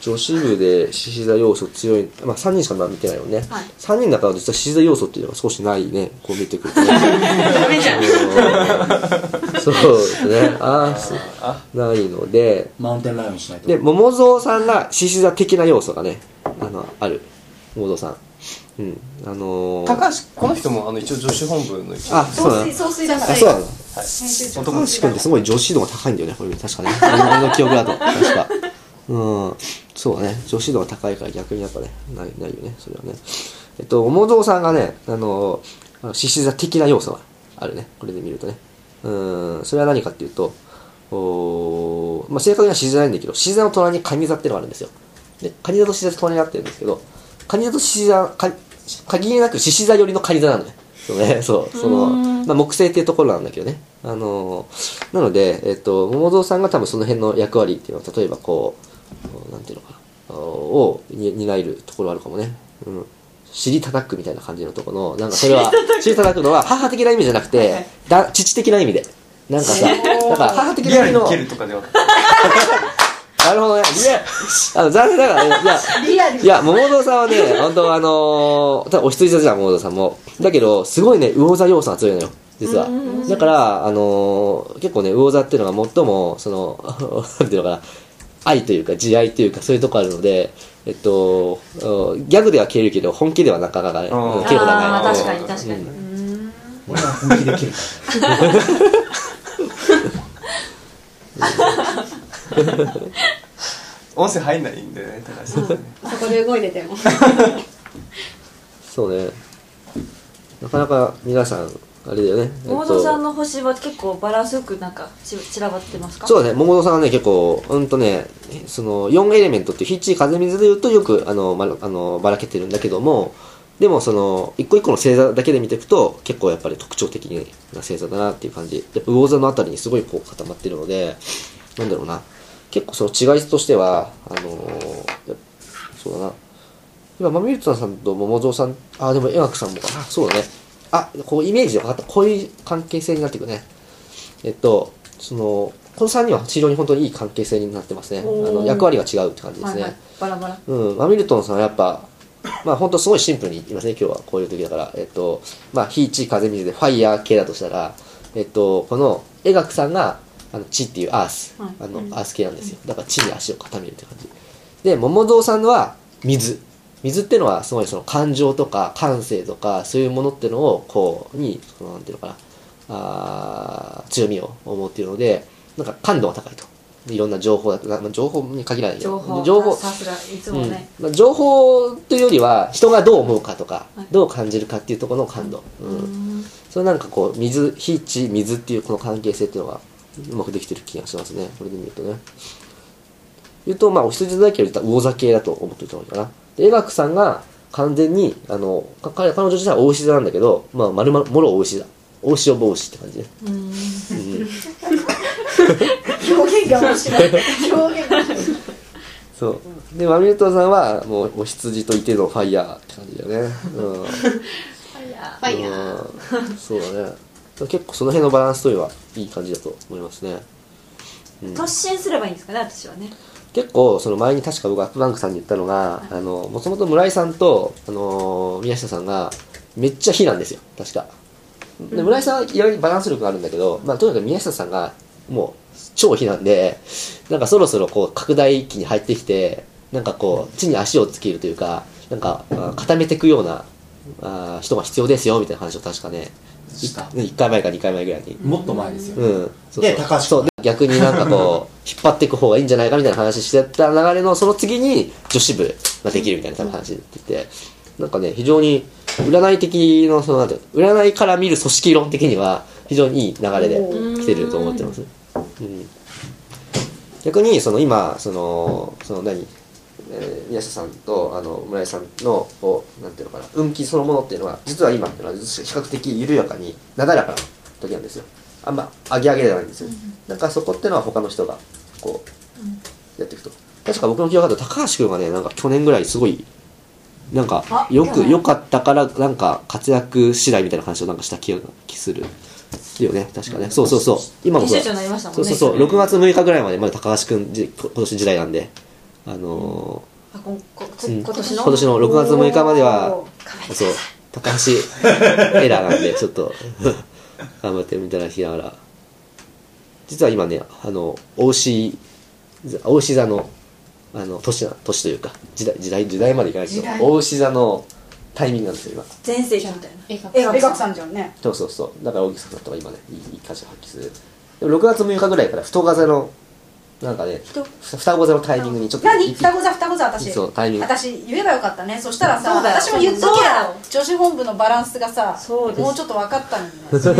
[SPEAKER 6] 女子部で獅子座要素強い、まあ、3人しかまだ見てないよね、
[SPEAKER 2] はい
[SPEAKER 6] 3人の中は実は獅子座要素っていうのが少しないねこう見てくるとね
[SPEAKER 5] ダメじゃん。
[SPEAKER 6] (laughs) そうですねああそうないので
[SPEAKER 1] マウンテンライオンしないと
[SPEAKER 6] で桃蔵さんが獅子座的な要素がねあのある桃蔵さんうんあのー、
[SPEAKER 7] 高橋この人もあの一応女子本部の一応
[SPEAKER 6] あそうなの
[SPEAKER 4] 総水だから
[SPEAKER 6] あそうなの
[SPEAKER 7] 男
[SPEAKER 6] 高
[SPEAKER 7] の
[SPEAKER 6] 橋君ってすごい女子度が高いんだよね、これ確かね。俺の記憶だと、確か。うん、そうだね。女子度が高いから逆にやっぱね、ないないよね、それはね。えっと、桃蔵さんがね、あの、あの獅子座的な要素があるね、これで見るとね。うん、それは何かっていうと、おーまあ、正確には獅子座じゃないんだけど、獅子座の隣に蟹座っていうのがあるんですよ。で、蟹座と獅子座と隣になってるんですけど、蟹座と獅子座、か限りなく獅子座寄りの蟹座なのね。そうね、 (laughs) そう、その、まあ、木星っていうところなんだけどね。あのーなので、えっ、と、桃蔵さんが多分その辺の役割っていうのは、例えばこう、なんていうのかな、をに担えるところあるかもね。うん。尻叩くみたいな感じのところの、なんかそれは、尻叩くのは母的な意味じゃなくて、だ父的な意味で。なんかさ、だから母的
[SPEAKER 7] リ
[SPEAKER 6] な
[SPEAKER 7] ア
[SPEAKER 6] 意味
[SPEAKER 7] ル
[SPEAKER 6] の
[SPEAKER 7] に、蹴るとかではなく
[SPEAKER 6] なるほ
[SPEAKER 2] (laughs)
[SPEAKER 6] どね。いや、あの、残念ながらね、いや、
[SPEAKER 4] リアル
[SPEAKER 6] いや、桃堂さんはね、本当あのー、ただお羊座じゃん、桃堂さんも。だけど、すごいね、魚座要素が強いのよ、実は。だから、あのー、結構ね、魚座っていうのが最も、その、 (laughs) なんていうのかな、愛というか、慈愛というか、そういうとこあるので、えっと、うんギャグでは消えるけど、本気ではなかなかね、
[SPEAKER 7] あー
[SPEAKER 6] うん消えることは
[SPEAKER 2] あ
[SPEAKER 6] ない。
[SPEAKER 2] ー確かに確かに、
[SPEAKER 1] 俺は本気で切るか
[SPEAKER 7] 音声入んないんでね高橋さんね
[SPEAKER 5] そこで動いてても。
[SPEAKER 6] そうね。なかなか皆さん、あれだよね。えっと
[SPEAKER 2] 桃蔵さんの星は結構バランスよくなんかち散らばってますか
[SPEAKER 6] そうだね、桃堂さんはね、結構、うんとね、その、4エレメントっていう、ヒッチー風水で言うとよく、あの、ばらあのばらけてるんだけども、でもその、一個一個の星座だけで見ていくと、結構やっぱり特徴的な星座だなっていう感じ。やっぱ魚座のあたりにすごいこう固まってるので、なんだろうな。結構その違いとしては、あのーやっそうだな。今、マミルトさんと桃蔵さん、あ、でも、エワクさんもか。あ、そうだね。あ、こう、イメージで分かった。こういう関係性になっていくね。えっと、その、この3人は非常に本当にいい関係性になってますね。あ
[SPEAKER 2] おー
[SPEAKER 6] の役割が違うって感じで
[SPEAKER 2] は
[SPEAKER 6] す
[SPEAKER 2] い
[SPEAKER 6] ね。
[SPEAKER 2] はいバラバラ
[SPEAKER 6] うん、マミルトンさんはやっぱ、まあ本当すごいシンプルに言いますね、今日はこういう時だから。えっと、まあ、火、地、風、水でファイヤー系だとしたら、えっと、この、エガクさんが、あの、地っていうアース、
[SPEAKER 2] はい
[SPEAKER 6] あの、アース系なんですよ。だから地に足を固めるって感じ。で、桃蔵さんは、水。水ってのは、すごいその感情とか感性とか、そういうものってのを、こう、に、そのなんていうのかな、あー強みを思うっていうので、なんか感度が高いと。でいろんな情報だと、まあ情報に限らないけ
[SPEAKER 2] 情
[SPEAKER 6] ど、
[SPEAKER 2] 報
[SPEAKER 6] 情報
[SPEAKER 2] さすがいつもね、
[SPEAKER 6] うんまあ、情報というよりは人がどう思うかとか、どう感じるかっていうところの感度、うんそれなんかこう水火地水っていうこの関係性っていうのがうまくできてる気がしますねこれで見るとね言うとまあお羊座だけより魚座系だと思っておいた方がいいかなで江クさんが完全にあのか彼彼女自体は大牛座なんだけど、まあ、丸々もろ大牛座大塩帽子って感じね
[SPEAKER 4] 表現が面白い表現が (laughs) 面白い
[SPEAKER 6] そうでマミルトさんはもうお羊といてのファイヤーって感じだよね、うん
[SPEAKER 5] ファイヤー。
[SPEAKER 6] うんそうだね結構その辺のバランスというのはいい感じだと思いますね
[SPEAKER 2] 突進すればいいんですかね私はね
[SPEAKER 6] 結構その前に確か僕アップバンクさんに言ったのがあのもともと村井さんと、あのー宮下さんがめっちゃ非なんですよ確かで村井さんはいろいろバランス力があるんだけど、まあ、とにかく宮下さんがもう超非なんでなんかそろそろこう拡大期に入ってきてなんかこう地に足をつけるというかなんかあ固めていくようなあー人が必要ですよみたいな話を確かね
[SPEAKER 1] した
[SPEAKER 6] 1回前か2回前ぐらいに
[SPEAKER 1] らもっと前ですよ、
[SPEAKER 6] うん、そう
[SPEAKER 1] で
[SPEAKER 6] そう
[SPEAKER 1] 高橋
[SPEAKER 6] そうで逆になんかこう (laughs) 引っ張っていく方がいいんじゃないかみたいな話してた流れのその次に女子部ができるみたいな多分話っててなんかね非常に占い的のそのなんていうの占いから見る組織論的には非常にいい流れで来てると思ってますうん逆にその今そのその何、えー宮下さんとあの村井さんのこうなんていうのかな運気そのものっていうのは実は今っていうのは比較的緩やかになだらかな時なんですよあんま上げ上げじゃないんですよ、だからそこってのは他の人がこうやっていくと確か僕の記憶だと高橋君がねなんか去年ぐらいすごいなんかよく良かったからなんか活躍次第みたいな話をなんかした気が気するよね確かね、そうそうそう今も
[SPEAKER 2] 編
[SPEAKER 6] そう
[SPEAKER 2] 集長
[SPEAKER 6] だ
[SPEAKER 2] になりましたもん
[SPEAKER 6] そ
[SPEAKER 2] ね
[SPEAKER 6] うそうそう、6月6日ぐらいまでまだ高橋くんじ今年時代なんで、あの
[SPEAKER 2] あこんここ
[SPEAKER 6] うん
[SPEAKER 2] 今年
[SPEAKER 6] ー
[SPEAKER 2] の
[SPEAKER 6] 今年の6月6日までは
[SPEAKER 2] おー、
[SPEAKER 6] そう、高橋エラーなんで、ちょっと、 (laughs) 頑張ってみたらしながら、実は今ね、あの、大牛、大牛座の、あの、年な、年というか、時代、時代、時代までいかないけ
[SPEAKER 4] 時代
[SPEAKER 6] ど、大牛座のタイミングなんですよ、今。
[SPEAKER 2] 前世紀みたいな
[SPEAKER 5] 絵が
[SPEAKER 4] 絵がくさんじゃんね
[SPEAKER 6] そうそうそう。だから大木さんだったら今ね、いいいい価値を発揮する。でも6月6日ぐらいから双子座の、なんかね、
[SPEAKER 4] 人
[SPEAKER 6] ふ双子座のタイミングにちょっと
[SPEAKER 4] 何
[SPEAKER 6] 一匹
[SPEAKER 4] 双子座双子座私
[SPEAKER 6] そうタイミング
[SPEAKER 4] 私言えばよかったねそしたらさ
[SPEAKER 2] そうだよ
[SPEAKER 4] 私も言っときゃ
[SPEAKER 2] そ
[SPEAKER 4] 女子本部のバランスがさ
[SPEAKER 2] そうです
[SPEAKER 4] もうちょっと分かったのにね
[SPEAKER 6] 双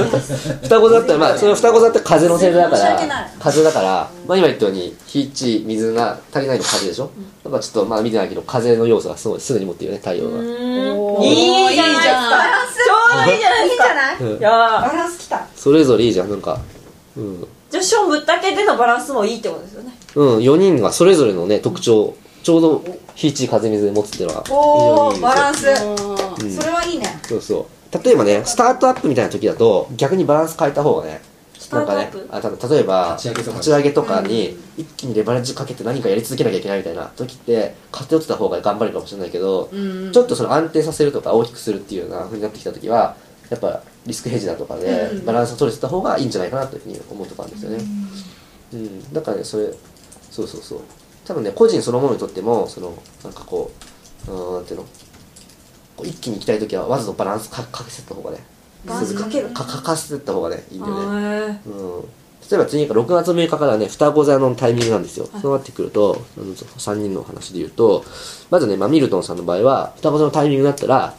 [SPEAKER 6] 子座って、まあ、その双子座って風の星座だか
[SPEAKER 4] 申し訳な
[SPEAKER 6] ら
[SPEAKER 4] い、
[SPEAKER 6] 風だから、まあ今言ったように、火、地、水が足りないの風でしょだからちょっと、まあ見てないけど、風の要素がすごい、すぐに持っているよね、太陽が。
[SPEAKER 2] うーん
[SPEAKER 4] おー
[SPEAKER 2] いいじゃない
[SPEAKER 5] いいじゃん
[SPEAKER 2] バランスちょうどいいじゃない
[SPEAKER 4] いい
[SPEAKER 2] です
[SPEAKER 4] んじゃ
[SPEAKER 2] か
[SPEAKER 4] ない
[SPEAKER 6] うん
[SPEAKER 2] いや
[SPEAKER 4] バ
[SPEAKER 2] ー
[SPEAKER 4] ランスきた
[SPEAKER 6] それぞれいいじゃん、なんか。うん。
[SPEAKER 2] 女子をぶったけでのバランスもいいってことですよね
[SPEAKER 6] うん、4人がそれぞれのね、特徴、ちょうど、火、地、風、水で持つっていうのは、非常にいい
[SPEAKER 4] おお
[SPEAKER 6] ですよ
[SPEAKER 4] バランス
[SPEAKER 5] うん
[SPEAKER 6] うん
[SPEAKER 4] それはいいね
[SPEAKER 6] そうそう。例えばね、スタートアップみたいな時だと、逆にバランス変えた方がね、
[SPEAKER 2] スター
[SPEAKER 6] なん
[SPEAKER 2] ト
[SPEAKER 6] か
[SPEAKER 2] ア
[SPEAKER 6] ね
[SPEAKER 2] ップ、
[SPEAKER 6] あた例えば、
[SPEAKER 3] 立ち上げとか
[SPEAKER 6] とかに、一気にレバレッジかけて何かやり続けなきゃいけないみたいな時って、偏ってた方が頑張れるかもしれないけど、ちょっとその安定させるとか大きくするっていうような風になってきた時は、やっぱリスクヘッジだとかで、バランスを取れてた方がいいんじゃないかなというふうに思うとこあるんですよね。うん、だからね、それ、そうそうそう。多分ね、個人そのものにとっても、その、なんかこう、うーんなんていうの、こう一気に行きたい時は、わざとバランスかかけせた方がね、
[SPEAKER 2] バランスかける
[SPEAKER 6] かかかせた方がね、いいんだよ
[SPEAKER 2] へ
[SPEAKER 6] ね。
[SPEAKER 2] ー
[SPEAKER 6] うん例えば次が6月6日からね双子座のタイミングなんですよ、そうなってくるとあの3人のお話で言うとまずね、まあ、ミルトンさんの場合は双子座のタイミングになったら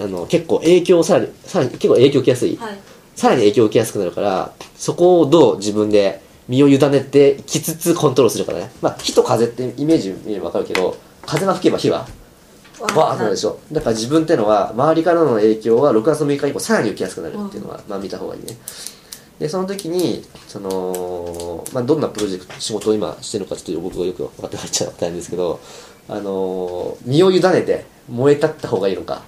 [SPEAKER 6] あの結構影響をさらにさらに結構影響を受けやすい、
[SPEAKER 2] はい
[SPEAKER 6] さらに影響を受けやすくなるからそこをどう自分で身を委ねていきつつコントロールするかだね、まあ、火と風ってイメージ見ればわかるけど風が吹けば火はわーってなるでしょだから自分ってのは周りからの影響は6月6日以降さらに受けやすくなるっていうのは、まあ見た方がいいねでその時にその、まあ、どんなプロジェクト仕事を今してるのかちょっと僕がよく分かってなっちゃったんですけどあのー身を委ねて燃え立った方がいいのか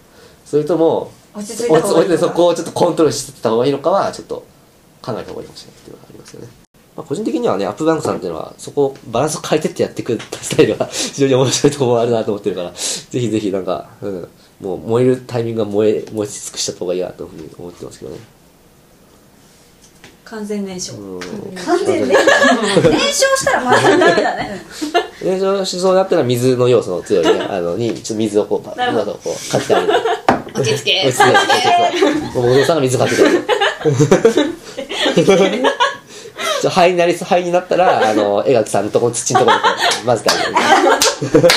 [SPEAKER 6] それとも
[SPEAKER 2] 落ち着いた方がいい
[SPEAKER 6] おおそこをちょっとコントロールしてった方がいいのかはちょっと考えた方がいいかもしれないっていうのがありますよね、まあ、個人的にはねアップバンクさんっていうのはそこをバランスを変えてってやっていくスタイルが非常に面白いところもあるなと思ってるからぜひぜひなんか、うん、もう燃えるタイミングが燃え燃え尽くしちゃった方がいいなというふうに思ってますけどね
[SPEAKER 2] 完全燃焼
[SPEAKER 6] うん
[SPEAKER 4] 完全に燃焼したらまずい
[SPEAKER 2] ダメだ
[SPEAKER 6] (laughs)
[SPEAKER 2] ね
[SPEAKER 6] で、そのしそうになったら水の要素の強
[SPEAKER 2] (laughs)
[SPEAKER 6] いね、あの、に、ちょっと水をこう、パ
[SPEAKER 2] なる
[SPEAKER 6] ッ
[SPEAKER 2] ほ
[SPEAKER 6] とこう、かけてあげる。
[SPEAKER 2] (laughs)
[SPEAKER 5] 落ち
[SPEAKER 6] 落ち着い
[SPEAKER 5] 着け
[SPEAKER 6] てそうそうそう。お父さんが水かけてあげる。ちょ灰になりそう、灰になったら、あの、江垣さんのとこの土のところにこう混ぜてあげる。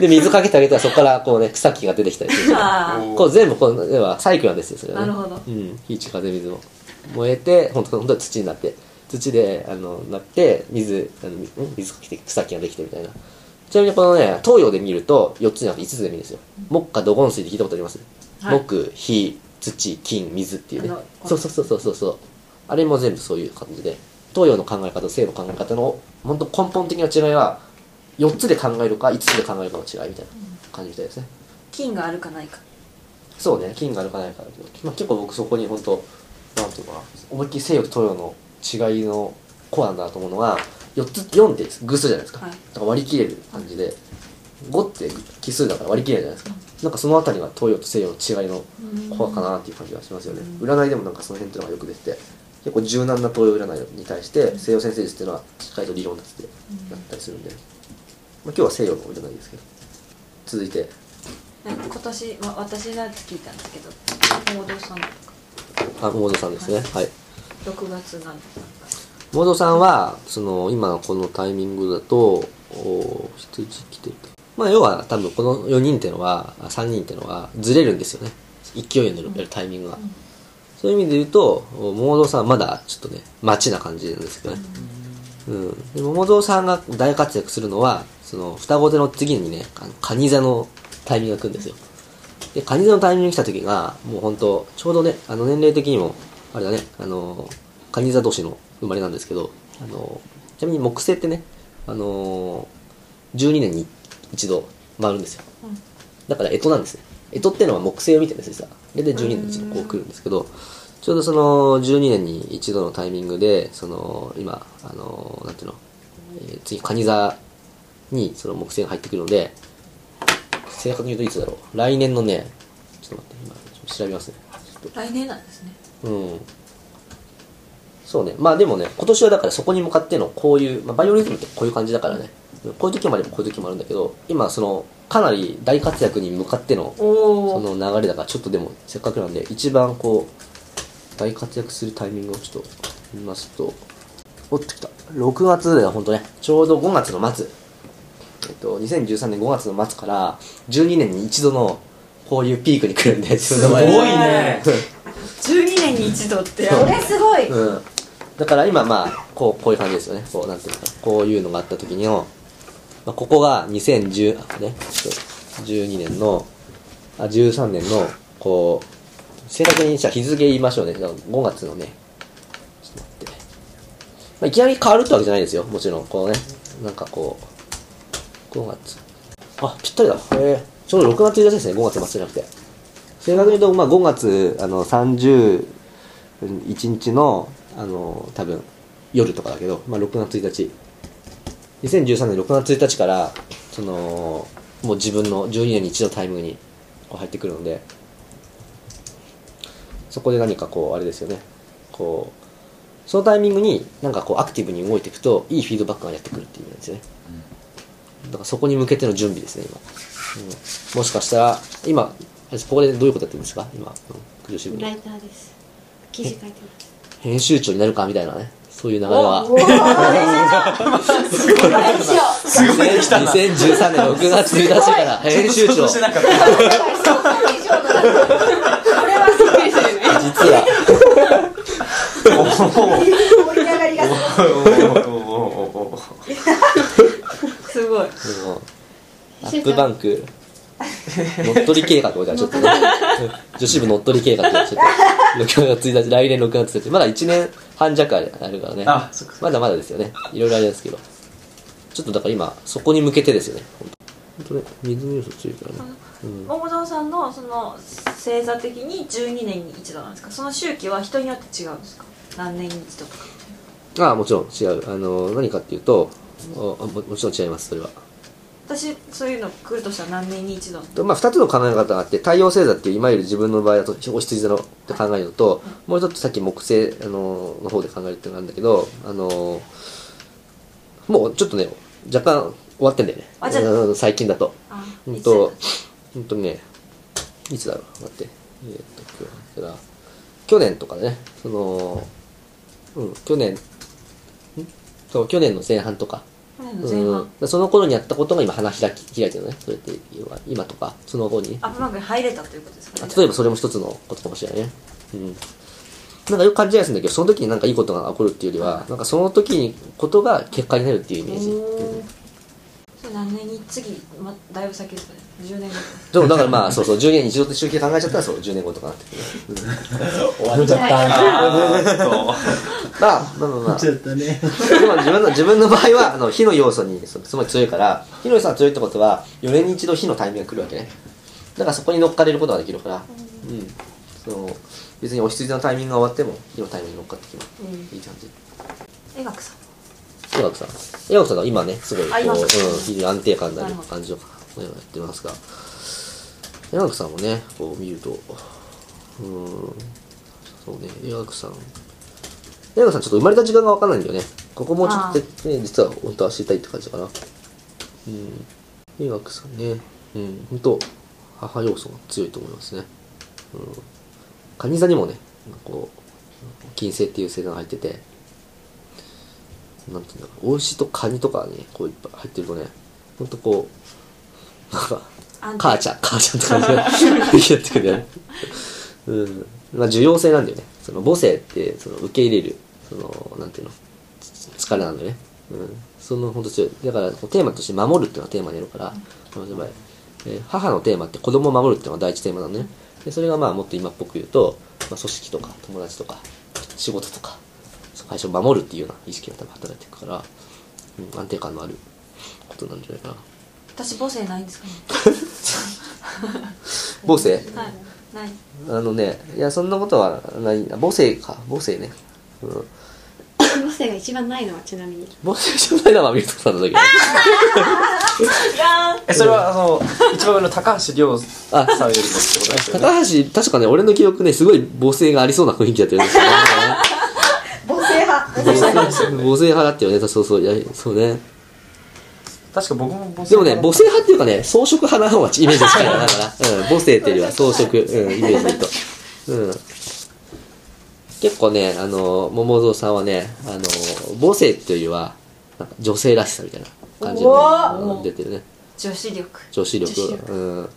[SPEAKER 6] で、水かけてあげたら、そこからこうね、草木が出てきたりする。
[SPEAKER 2] あー
[SPEAKER 6] こう全部こう、要はサイクルなんですよ、それは、ね。
[SPEAKER 2] なるほど
[SPEAKER 6] うん。火、地、風、水も。燃えて、本当本当は土になって。土で、あの、なって、水、あの、みん水かけて草木ができてみたいな。ちなみにこのね、東洋で見ると、4つじゃなくて5つで見るんですよ。木下土金水って聞いたことあります、
[SPEAKER 2] はい
[SPEAKER 6] 木、火、土、金、水っていうね
[SPEAKER 2] あの。
[SPEAKER 6] そうそうそうそうそうそう。あれも全部そういう感じで。東洋の考え方と西洋の考え方の、本当根本的な違いは、4つで考えるか5つで考えるかの違いみたいな感じみたいですね。
[SPEAKER 2] 金があるかないか
[SPEAKER 6] そうね、金が抜かないから、まあ、結構僕そこに本当なんていうかな、思いっきり西洋と東洋の違いのコアなんだなと思うのが、4つ、4って偶数じゃないですか。
[SPEAKER 2] はい
[SPEAKER 6] だから割り切れる感じで、5って奇数だから割り切れないじゃないですか。なんかそのあたりが東洋と西洋の違いのコアかなっていう感じがしますよね。占いでもなんかその辺っていうのがよく出てて、結構柔軟な東洋占いに対して、西洋先生術っていうのはしっかりと理論立ててやったりするんで、まあ、今日は西洋の占いですけど、続いて、
[SPEAKER 2] なんか今年、ま、私のやつ聞いたんですけど大堂さんとか
[SPEAKER 6] あ、桃園さんですね。はい
[SPEAKER 2] 6月なんとか
[SPEAKER 6] モドさんは、その、今のこのタイミングだと、お羊来てるか。まあ、要は、多分この4人ってのは、あ3人ってのは、ずれるんですよね。勢いに乗るやるタイミングが。そういう意味で言うと、おモードさんはまだ、ちょっとね、待ちな感じなんですけどね。うん、で桃蔵さんが大活躍するのはその双子手の次にねあのカニ座のタイミングが来るんですよでカニ座のタイミングに来た時がもう本当ちょうどねあの年齢的にもあれだねあのカニ座同士の生まれなんですけどあのちなみに木星ってねあの12年に一度回るんですよ、だから干支なんですね干支ってのは木星を見てるんですよ実はで12年に一度こう来るんですけどちょうどその12年に一度のタイミングでその今あのなんていうの、えー次蟹座にその木星が入ってくるので正確に言うといつだろう来年のねちょっと待って今調べますねちょっと
[SPEAKER 2] 来年なんですね
[SPEAKER 6] うん。そうね。まあでもね、今年はだからそこに向かってのこういう、まあ、バイオリズムってこういう感じだからね。こういう時もあればこういう時もあるんだけど、今その、かなり大活躍に向かっての、
[SPEAKER 2] お
[SPEAKER 6] そ
[SPEAKER 2] お
[SPEAKER 6] の流れだから、ちょっとでもせっかくなんで、一番こう、大活躍するタイミングをちょっと見ますと、おっときた。6月だよ、ほんとね。ちょうど5月の末。えっと、2013年5月の末から、12年に一度の、こういうピークに来るんで、す
[SPEAKER 3] すごいね。
[SPEAKER 2] 12年に一度って
[SPEAKER 4] それすごい
[SPEAKER 6] うん、だから今まあこうこういう感じですよねこうなんていうかこういうのがあった時の、まあ、ここが2010あねちょっと12年のあ13年のこう正確にじゃあ日付言いましょうねだから5月のねちょっと待って、まあ、いきなり変わるってわけじゃないですよもちろんこうねなんかこう5月あぴったりだへえちょうど6月1日ですね5月末じゃなくて正確に言うと、まあ、5月あの30 1日のあの多分夜とかだけど、まあ、6月1日2013年6月1日からそのもう自分の12年に一度タイムにこう入ってくるのでそこで何かこうあれですよねこうそのタイミングになんかこうアクティブに動いていくといいフィードバックがやってくるっていう意味なんですよねだからそこに向けての準備ですね今、うん、もしかしたら今あれですここでどういうことやってるんですか今うん九条支部に
[SPEAKER 5] ライターです記事書いてます
[SPEAKER 6] 編集長になるかみたいなねそういう流れは
[SPEAKER 7] すごいできたな
[SPEAKER 6] 2013年6月1日
[SPEAKER 7] (laughs)
[SPEAKER 6] から編集長
[SPEAKER 7] 想像して
[SPEAKER 6] 実
[SPEAKER 7] なか (laughs) った
[SPEAKER 6] は
[SPEAKER 7] (laughs)
[SPEAKER 4] 盛り上がりがすごい
[SPEAKER 7] おーおーおーおー
[SPEAKER 2] すごい
[SPEAKER 6] そのアップバンク乗っ取り計画をじゃあちょっとね女子部乗っ取り計画をちょっと6月1日来年6月1日まだ1年半弱あるからね
[SPEAKER 7] あそっか
[SPEAKER 6] まだまだですよねいろいろあれですけどちょっとだから今そこに向けてですよね本当ね水の要素強いからねうん
[SPEAKER 2] 桃蔵さんのその星座的に12年に一度なんですかその周期は人によって違うんですか何年に一度とか
[SPEAKER 6] ああもちろん違うあの何かっていうとおあももちろん違いますそれは
[SPEAKER 2] 私そういうの来るとしたら何年に一度
[SPEAKER 6] とまあ、2つの考え方があって太陽星座っていう今より自分の場合だとお羊座のって考えるのと、もう一つさっき木星あのの方で考えるっていうのがあるんだけどあのもうちょっとね若干終わってんだよね
[SPEAKER 2] あじゃあ
[SPEAKER 6] うん最近だと
[SPEAKER 2] あ
[SPEAKER 6] うん
[SPEAKER 2] いつ
[SPEAKER 6] とうんとねいつだろう待ってえーっと今日だから去年とかねそのうん去年んそう去年の前半とか
[SPEAKER 2] 去年の前半
[SPEAKER 6] うん、その頃にやったことが今花開き開いてるのねそれって要は今とかその後に
[SPEAKER 2] アップマークに入れたということですか
[SPEAKER 6] あ
[SPEAKER 2] ね
[SPEAKER 6] 例えばそれも一つのことかもしれないねうんなんかよく感じないするんだけどその時になんかいいことが起こるっていうよりはなんかその時にことが結果になるっていうイメージ、
[SPEAKER 2] お
[SPEAKER 6] う
[SPEAKER 2] ー
[SPEAKER 6] ん
[SPEAKER 2] それ何年に次、ま、だいぶ先ですかね10年後
[SPEAKER 6] でもだからまあそうそう10年に一度って周期考えちゃったらそう10年後とかなってくる
[SPEAKER 1] 終わっちゃった
[SPEAKER 7] あーっ
[SPEAKER 6] まあまあまあまあ
[SPEAKER 1] 終わっちゃったね
[SPEAKER 6] でも自分の自分の場合はあの火の要素にそうすごい強いから火の要素が強いってことは4年に一度火のタイミングが来るわけねだからそこに乗っかれることができるから、うんその別にお羊のタイミングが終わっても火のタイミングに乗っかってきます、いい感じ
[SPEAKER 2] 絵学さん
[SPEAKER 6] 江川さん江川さんが今ねすごいこ
[SPEAKER 2] あ今
[SPEAKER 6] う、、
[SPEAKER 2] そううん
[SPEAKER 6] 非常に安定感のある
[SPEAKER 2] なるほど
[SPEAKER 6] 感じをやってますが江川さんもねこう見るとうーんそうね江川さん江川さんちょっと生まれた時間がわかんないんだよねここもうちょっとね実は本当は知りたいって感じかなうん江川さんねうん本当母要素が強いと思いますねうん蟹座にもねこう金星っていう星座が入っててなんていうんだろう、お牛とカニとかね、こういっぱい入ってるとね、ほんとこう、なんか、
[SPEAKER 2] 安定
[SPEAKER 6] 母ちゃん、母ちゃんって感じができてくるね。うん。まあ、需要性なんだよね。その母性って、その受け入れる、その、なんていうの、つつ疲れなんだよね。うん、その本当強いだからこうテーマとして「守る」っていうのがテーマでやるから、この場合えー母のテーマって子供を守るっていうのが第一テーマなのねでそれがまあもっと今っぽく言うと、まあ、組織とか友達とか仕事とか会社を守るっていうような意識が多分働いてるから、うん、安定感のあることなんじゃないかな
[SPEAKER 2] 私母性ないんですかね
[SPEAKER 6] 母性
[SPEAKER 2] はいない
[SPEAKER 6] あのねいやそんなことはない母性か母性ね、うん、
[SPEAKER 5] 母性が一番ないのはちなみに
[SPEAKER 6] 母性じゃないのは水戸さんの (laughs) 時だけ
[SPEAKER 7] えそれはその一番上の高橋亮さんよりもってことですよね
[SPEAKER 6] 高橋、確かね、俺の記憶ね、すごい母性がありそうな雰囲気だったよね。
[SPEAKER 4] 母性派
[SPEAKER 6] (laughs) 母
[SPEAKER 4] 母性
[SPEAKER 6] 性
[SPEAKER 4] 派
[SPEAKER 6] 派だったよね、そうそう、いやそうね。
[SPEAKER 7] 確か僕も母
[SPEAKER 6] で
[SPEAKER 7] 性
[SPEAKER 6] もね、母性派っていうかね、装飾派な方がイメージが近いな、だから。うん、母性っていうよりは装飾、うん、イメージで言うと。うん。結構ね、あの、桃蔵さんはね、あの、母性っていうよりは、なんか女性らしさみたいな感じ
[SPEAKER 4] う
[SPEAKER 6] の
[SPEAKER 4] わ
[SPEAKER 6] 出てるね。
[SPEAKER 2] 女子力
[SPEAKER 6] 女子力
[SPEAKER 5] 女子力
[SPEAKER 6] うん。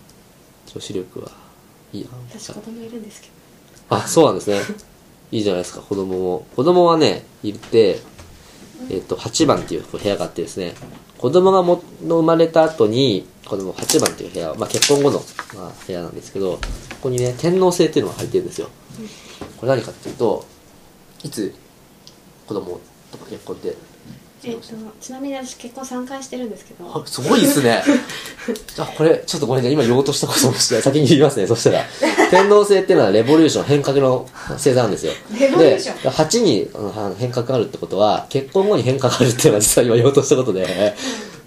[SPEAKER 6] 女子力はいいな。
[SPEAKER 5] 私子供いるんですけど
[SPEAKER 6] あ、そうなんですね。 (laughs) いいじゃないですか、子供も。子供はね、いて、えっと、8番っていう部屋があってですね、子供がもの生まれた後に、この8番っていう部屋は、まあ、結婚後の、まあ、部屋なんですけど、ここにね、天皇制っていうのが入ってるんですよ。これ何かっていうと、いつ子供とか結婚って。
[SPEAKER 5] えっとちなみに私結婚3回してるんですけど
[SPEAKER 6] あすごいです
[SPEAKER 4] (laughs)
[SPEAKER 6] ね。あ、これ、ちょっとごめんなさい。今言おうとしたこともして、先に言いますね。そしたら。天皇制っていうのはレボリューション、変革の星座なんですよ。
[SPEAKER 4] レボリューション
[SPEAKER 6] で、8にあの変革があるってことは、結婚後に変革があるっていうのは実は今言おうとしたことで。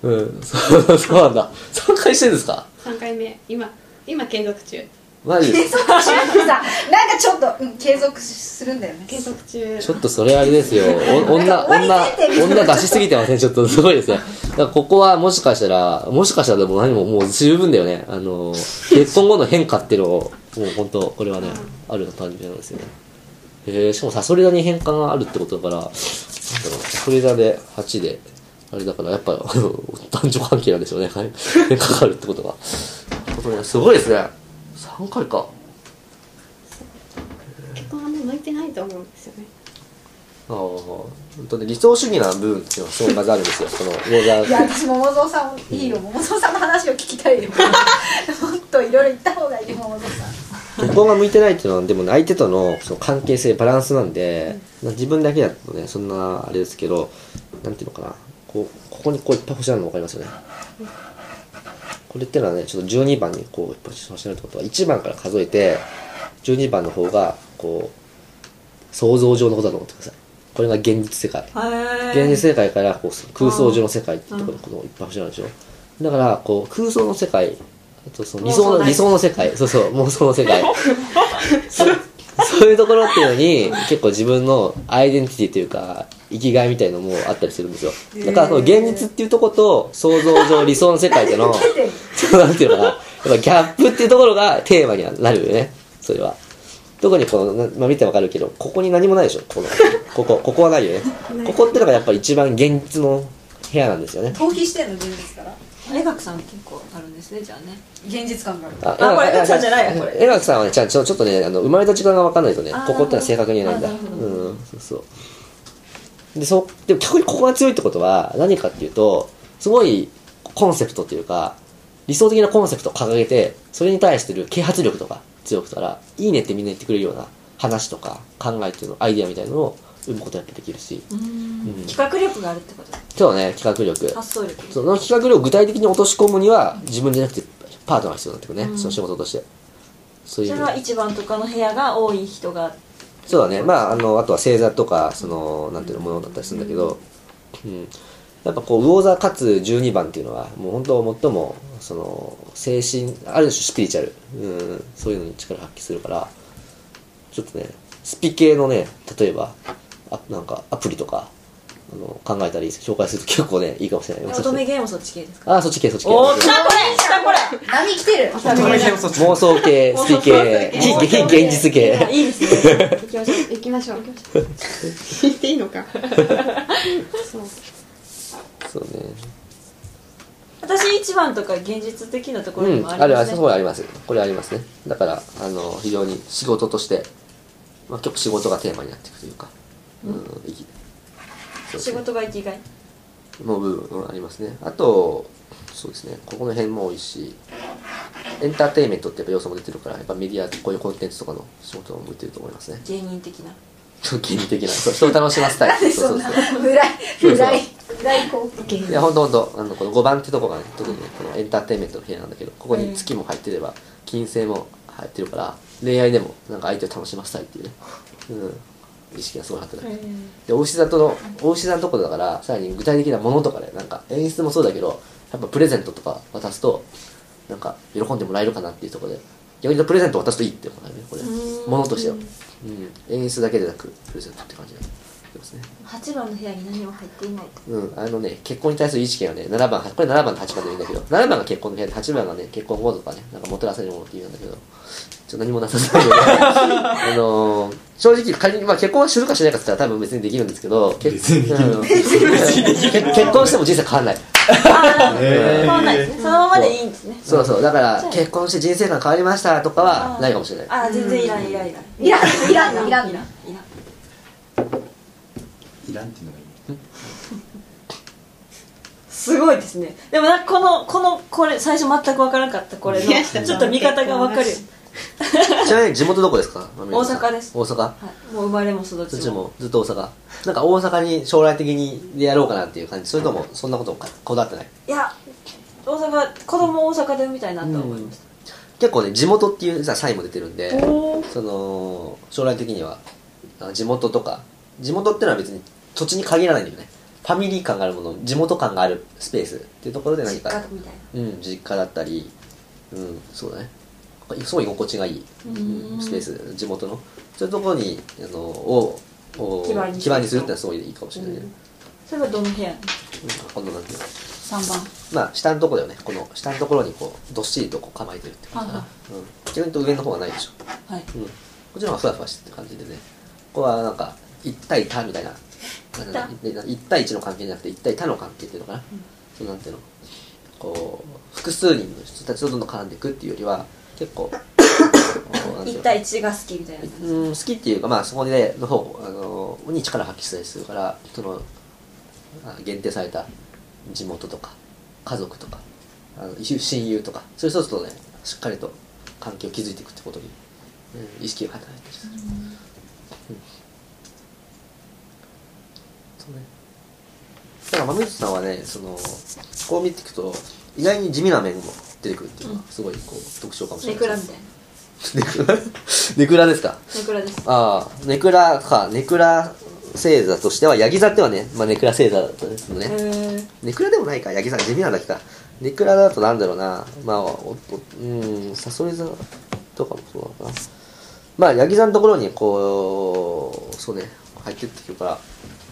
[SPEAKER 6] うん、そうそうなんだ。3回してるんです
[SPEAKER 4] (laughs)
[SPEAKER 6] か
[SPEAKER 5] 3回目今今継続中
[SPEAKER 6] マジで
[SPEAKER 4] 継
[SPEAKER 6] す
[SPEAKER 4] 続中ってさなんかちょっと、うん、継続するんだよね
[SPEAKER 5] 継続中
[SPEAKER 6] ちょっとそれあれですよ。
[SPEAKER 4] (laughs)
[SPEAKER 6] お女、
[SPEAKER 4] 終わ
[SPEAKER 6] 女
[SPEAKER 4] り前提みたい、な
[SPEAKER 6] 女出しすぎてません。ちょっとすごいですね。だからここはもしかしたら、もしかしたらでも何ももう十分だよね。あの、結婚後の変化っていうのを、もう本当、これはね、ある感じなんですよね。へえしかもサソリ座に変化があるってことだから、なんだろう、サソリ座で8で、あれだからやっぱ、 (laughs) 男女関係なんでしょうね。はい変化があるって (laughs) ことが。本当にすごいですね。3回か。
[SPEAKER 5] 結婚はね向いてないと思うんですよね
[SPEAKER 6] ああ、本当ね、理想主義な部分っていうのはすごいまずあるんですよ。この、ウェザー
[SPEAKER 4] いや私桃蔵さんいいよ桃蔵さんの話を聞きたいよ (laughs) もっといろいろ言った方がいいよ桃蔵さん
[SPEAKER 6] 結婚が向いてないっていうのはでもね相手とのその関係性バランスなんで、自分だけだとねそんなあれですけどなんていうのかなこうここにこういっぱい星あるの分かりますよねこれってのはねちょっと12番にこういっぱい星あるってことは1番から数えて12番の方がこう想像上のことだと思ってくださいこれが現実世界現実世界からこう空想上の世界ってところにこのいっぱい星あるでしょだからこう空想の世界あとその理想の理想の世界そうそう妄想の世 (laughs) 界そそういうところっていうのに結構自分のアイデンティティというか生きがいみたいのもあったりするんですよだからその現実っていうところと想像上理想の世界っていう (laughs) のそうなんていうのかなやっぱギャップっていうところがテーマにはなるよねそれは特にこの、なまあ、見てわかるけどここに何もないでしょこのここここはないよねここってのがやっぱり一番現実の部屋なんですよね
[SPEAKER 4] 逃避してんの現実から
[SPEAKER 2] 絵学さん結構あるんですねじゃあね
[SPEAKER 4] 現実感がある
[SPEAKER 6] あ
[SPEAKER 2] あこれ江川さんじゃないよこれ
[SPEAKER 6] 江川さんはねちゃんちょちょっとねあの生まれた時間が分かんないとねここってのは正確に言えないんだうんそうそうでそでも逆にここが強いってことは何かっていうとすごいコンセプトっていうか理想的なコンセプトを掲げてそれに対してる啓発力とか強くたらいいねってみんな言ってくれるような話とか考えっていうのアイデアみたいなのを生むことやっぱできるし、うん、
[SPEAKER 2] 企画力があるってこと
[SPEAKER 6] そうね企画力
[SPEAKER 2] 発想力
[SPEAKER 6] その企画力を具体的に落とし込むには自分じゃなくてパートナーが必要になってくるね、その仕事としてそういう
[SPEAKER 2] そ
[SPEAKER 6] 意
[SPEAKER 2] れ
[SPEAKER 6] 味で
[SPEAKER 2] は一番とかの部屋が多い人が
[SPEAKER 6] そうだねまああのあとは星座とかそのなんていうのものだったりするんだけど、うん、やっぱこう魚座かつ12番っていうのはもう本当最もその精神ある種スピリチュアル、うん、そういうのに力発揮するからちょっとねスピ系のね例えばあなんかアプリとかあの考えたり紹介すると結構ねいいかもしれないよ
[SPEAKER 2] 乙女ゲームそっち系ですか
[SPEAKER 6] ああそっち系そっち系
[SPEAKER 2] おお来たこれ来たこれ
[SPEAKER 4] 波来てる
[SPEAKER 6] 妄想系、好き系、非非現実系。
[SPEAKER 2] いいですね
[SPEAKER 5] 行きましょう行きましょう行きましょう行っていいのかそう
[SPEAKER 6] そうね。
[SPEAKER 2] 私一番とか現実的なところ
[SPEAKER 6] う
[SPEAKER 2] に
[SPEAKER 6] ん、
[SPEAKER 2] も
[SPEAKER 6] あ
[SPEAKER 2] あり
[SPEAKER 6] る
[SPEAKER 2] ま
[SPEAKER 6] ある、
[SPEAKER 2] す
[SPEAKER 6] そ
[SPEAKER 2] ね
[SPEAKER 6] こあります。これありますね。だから、あの、非常に仕事として、まあ、結構仕事がテーマになっていくというか、うん、いい
[SPEAKER 2] 仕事が生きがい
[SPEAKER 6] の部分がありますねあとそうですねここの辺も多いしエンターテインメントってやっぱ要素も出てるからやっぱメディアこういうコンテンツとかの仕事も向いてると思いますね
[SPEAKER 4] 芸人的な
[SPEAKER 6] ちょっと芸人的なそう人を楽しませたい
[SPEAKER 4] なんでそんな村井
[SPEAKER 6] そう
[SPEAKER 4] 村井村井高
[SPEAKER 2] 芸人
[SPEAKER 6] いやほんとほんとあのこの5番ってとこがね特にねこのエンターテインメントの部屋なんだけどここに月も入ってれば金星も入ってるから恋愛でもなんか相手を楽しませたいっていうね、うん、意識がすごい働く、で大石座との大石座のところだからさらに具体的なものとかでなんか演出もそうだけどやっぱプレゼントとか渡すとなんか喜んでもらえるかなっていうところで逆に言うとプレゼント渡すといいってことだよねこれものとしては、うん、演出だけでなくプレゼントって感じになってますね
[SPEAKER 4] 八番の部屋に何も入っていない
[SPEAKER 6] (laughs)
[SPEAKER 4] と
[SPEAKER 6] うん、あのね、結婚に対する意識がね、7番、これ7番と8番でもいいんだけど、7番が結婚の部屋で、8番がね、結婚後とかね、なんかもてらせるものって言うんだけど、ちょっと何もなさそうで、
[SPEAKER 1] (laughs)
[SPEAKER 6] あのー、正直、仮に、まあ結婚はするかしないかって言ったら多分別にできるんですけど、結
[SPEAKER 1] 別にできる
[SPEAKER 6] うんけ結婚しても人生変わらない。
[SPEAKER 1] え
[SPEAKER 2] 変わんないですねそのままでいいんですね
[SPEAKER 6] そうそう、だから、結婚して人生観変わりましたとかはないかもしれない。
[SPEAKER 2] あー全然いらんいらんいらん
[SPEAKER 4] いらんいらんないらん
[SPEAKER 2] いらん
[SPEAKER 3] いらんっていうのがいい
[SPEAKER 2] すごいですねでもなんかこのこのこれ最初全く分からなかったこれの
[SPEAKER 5] 宮下さ
[SPEAKER 2] (laughs)
[SPEAKER 5] ん
[SPEAKER 2] ちょっと見方が分かるよ
[SPEAKER 5] 結
[SPEAKER 6] ちなみに地元どこですか大
[SPEAKER 2] 大阪です
[SPEAKER 6] 大阪
[SPEAKER 2] はいもう生まれも育
[SPEAKER 6] どっ
[SPEAKER 2] ち
[SPEAKER 6] ち
[SPEAKER 2] も
[SPEAKER 6] もずっと大阪。なんか大阪に将来的にやろうかなっていう感じ。それとも、そんなことかこだわってない
[SPEAKER 2] いや大阪子供大阪で産みたいなと思いまし
[SPEAKER 6] 結構ね地元っていうさサインも出てるんで
[SPEAKER 2] たおー
[SPEAKER 6] その将来的にはあ地元とか地元ってのは別に土地に限らないんだよねファミリー感があるもの地元感があるスペースっていうところで何
[SPEAKER 4] 実
[SPEAKER 6] か
[SPEAKER 4] 家みたい
[SPEAKER 6] うん、実家だったりうんそうだねすごい居心地がいいうんスペース地元のそういうところにあのをを
[SPEAKER 2] 基盤にする
[SPEAKER 6] 基盤にするってのはすごいいいかもしれないね、
[SPEAKER 2] う
[SPEAKER 6] うんん
[SPEAKER 2] それはどの部屋
[SPEAKER 6] このなんていうの
[SPEAKER 4] な三番
[SPEAKER 6] まあ下のところだよねこの下のところにこうどっしりとこう構えてるって感じか
[SPEAKER 4] は
[SPEAKER 6] な、うん、逆に言うと上の方はないでしょ
[SPEAKER 4] はい
[SPEAKER 6] うん、こっちの方がふわふわしてる感じでねここはなんか一対他みたいな一対一の関係じゃなくて一対他の関係っていうのかな、そうなんていうのこう複数人の人たちとどんどん絡んでいくっていうよりは結 (coughs) 構こうなんて
[SPEAKER 2] 一
[SPEAKER 6] いうの
[SPEAKER 2] 対一が好きみたいな
[SPEAKER 6] うん、好きっていうか、まあ、そこでの方あのに力発揮したりするからそのあ限定された地元とか家族とかあの友親友とかそういう人とねしっかりと関係を築いていくってことに、うん、意識が働いてる、うんそうねだから豆内さんはねそのこう見ていくと意外に地味な面も出てくるっていうのがすごいこう特徴かもしれ
[SPEAKER 2] ネク
[SPEAKER 6] ない
[SPEAKER 2] ラ
[SPEAKER 6] で
[SPEAKER 2] み
[SPEAKER 6] す (laughs)
[SPEAKER 2] たいな
[SPEAKER 6] ネクラですか
[SPEAKER 2] ネクラです
[SPEAKER 6] ああ、ネクラか、ネクラ星座としては、ヤギ座ってはね、まあネクラ星座だったですもん
[SPEAKER 2] へ
[SPEAKER 6] ね。
[SPEAKER 2] ー
[SPEAKER 6] ネクラでもないか、ヤギ座、地味なだけか。ネクラだとなんだろうな、まあ、おおうん、サソリ座とかもそうなのかな。まあ、ヤギ座のところに、こう、そうね、入ってってくるから、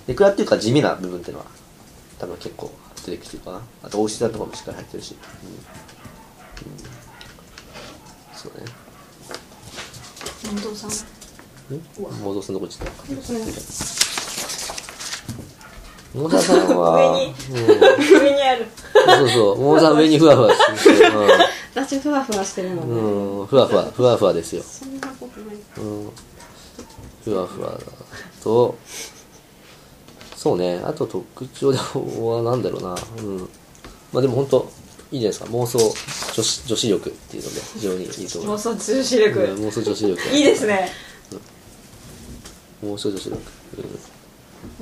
[SPEAKER 6] ネクラっていうか地味な部分っていうのは、多分結構出てきてるかな。あと、大牛座とかもしっかり入ってるし。うん。うん、そうね。
[SPEAKER 4] 近藤さん
[SPEAKER 6] モードさんどこ行っちゃったモードさんは
[SPEAKER 2] (laughs) 上に
[SPEAKER 6] うん
[SPEAKER 2] 上にある
[SPEAKER 6] そうそうモードさん上にふわふわしてる
[SPEAKER 5] 私ふわふわしてるの
[SPEAKER 6] う
[SPEAKER 5] ね、
[SPEAKER 6] ん、うん、ふわふわふわふわですよ、
[SPEAKER 5] そんなことない
[SPEAKER 6] うん、ふわふわだとそうねあと特徴ではなんだろうなうんまあでも本当いいじゃないですか妄想女子女子力っていうので非常にいいと思
[SPEAKER 2] 妄
[SPEAKER 6] う
[SPEAKER 2] 想通信力、
[SPEAKER 6] うん妄想女子力
[SPEAKER 2] いいですね
[SPEAKER 6] 妄想女子力、う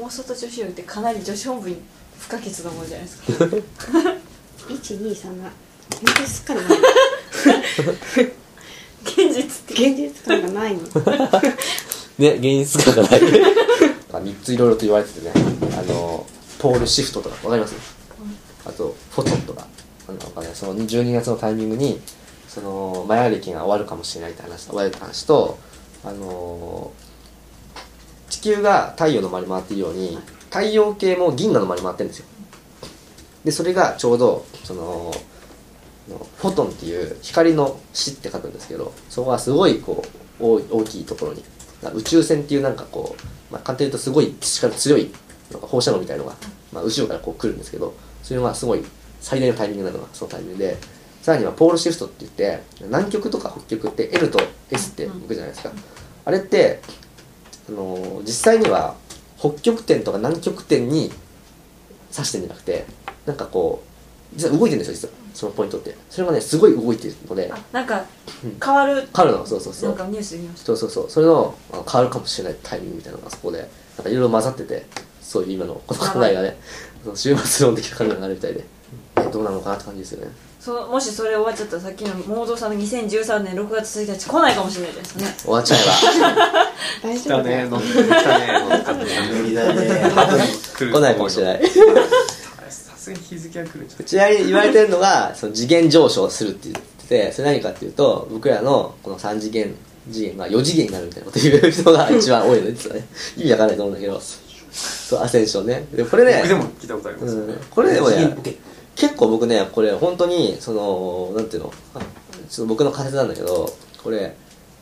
[SPEAKER 6] ん
[SPEAKER 2] 妄想と女子力ってかなり女子本部に不可欠なものじゃないですか
[SPEAKER 6] (laughs)
[SPEAKER 5] 123が現実感がない
[SPEAKER 2] 現実って
[SPEAKER 5] 現実感がないの
[SPEAKER 6] ね、現実感がない。3ついろいろと言われててね、あの、ポールシフトとか、わかりますあと、フォトンとか、なんかね、その12月のタイミングに、その、マヤ暦が終わるかもしれないって話、終わるって話と、あのー地球が太陽の周り回っているように、太陽系も銀河の周り回ってるんですよ。で、それがちょうど、その、のフォトンっていう光の死って書くんですけどそこがすごいこう大大きいところに宇宙船っていうなんかこう、まあ、簡単に言うとすごい力強いなんか放射能みたいのが、まあ、後ろからこう来るんですけどそれはすごい最大のタイミングなのがそのタイミングでさらにはポールシフトって言って南極とか北極って L と S って向くじゃないですかあれって、あのー実際には北極点とか南極点に刺してんじゃなくてなんかこう実は動いてるんですよ実はそのポイントってそれがねすごい動いてるので
[SPEAKER 2] あなんか
[SPEAKER 6] うん
[SPEAKER 2] 変わる
[SPEAKER 6] 変わるのそうそうそ
[SPEAKER 2] なん
[SPEAKER 6] う
[SPEAKER 2] かニュースで見まし
[SPEAKER 6] そうそうそうそれのあの変わるかもしれないタイミングみたいなのがそこでなんかいろいろ混ざっててそういう今のこの考えがねその終末論的な考えがあるみたいで、ねどうなのかなって感じですよね
[SPEAKER 2] たそうもしそれ終わっちゃったらさっきの盲導さんの2013年6月1日来ないかもしれないじゃないですかね
[SPEAKER 6] 終わっちゃえ
[SPEAKER 5] 大丈夫
[SPEAKER 7] だ
[SPEAKER 5] だ
[SPEAKER 7] ね (laughs)
[SPEAKER 5] よ
[SPEAKER 7] 飲んできたね飲んできたね
[SPEAKER 1] 無理だね
[SPEAKER 6] ば多分来ないかもしれない
[SPEAKER 7] さすがに日付が来るんじゃ
[SPEAKER 6] うちなみに言われてるのがその次元上昇するって言っててそれ何かっていうと僕らのこの3次元次元が4次元になるみたいなこと言う人が一番多いの実はね意味わかんないと思うんだけどそうアセンションねでこれ
[SPEAKER 7] ない
[SPEAKER 6] ね
[SPEAKER 7] 僕でも聞いたことあります
[SPEAKER 6] うん、これでもね結構僕ねこれ本当にそのなんていうのあちょっと僕の仮説なんだけどこれ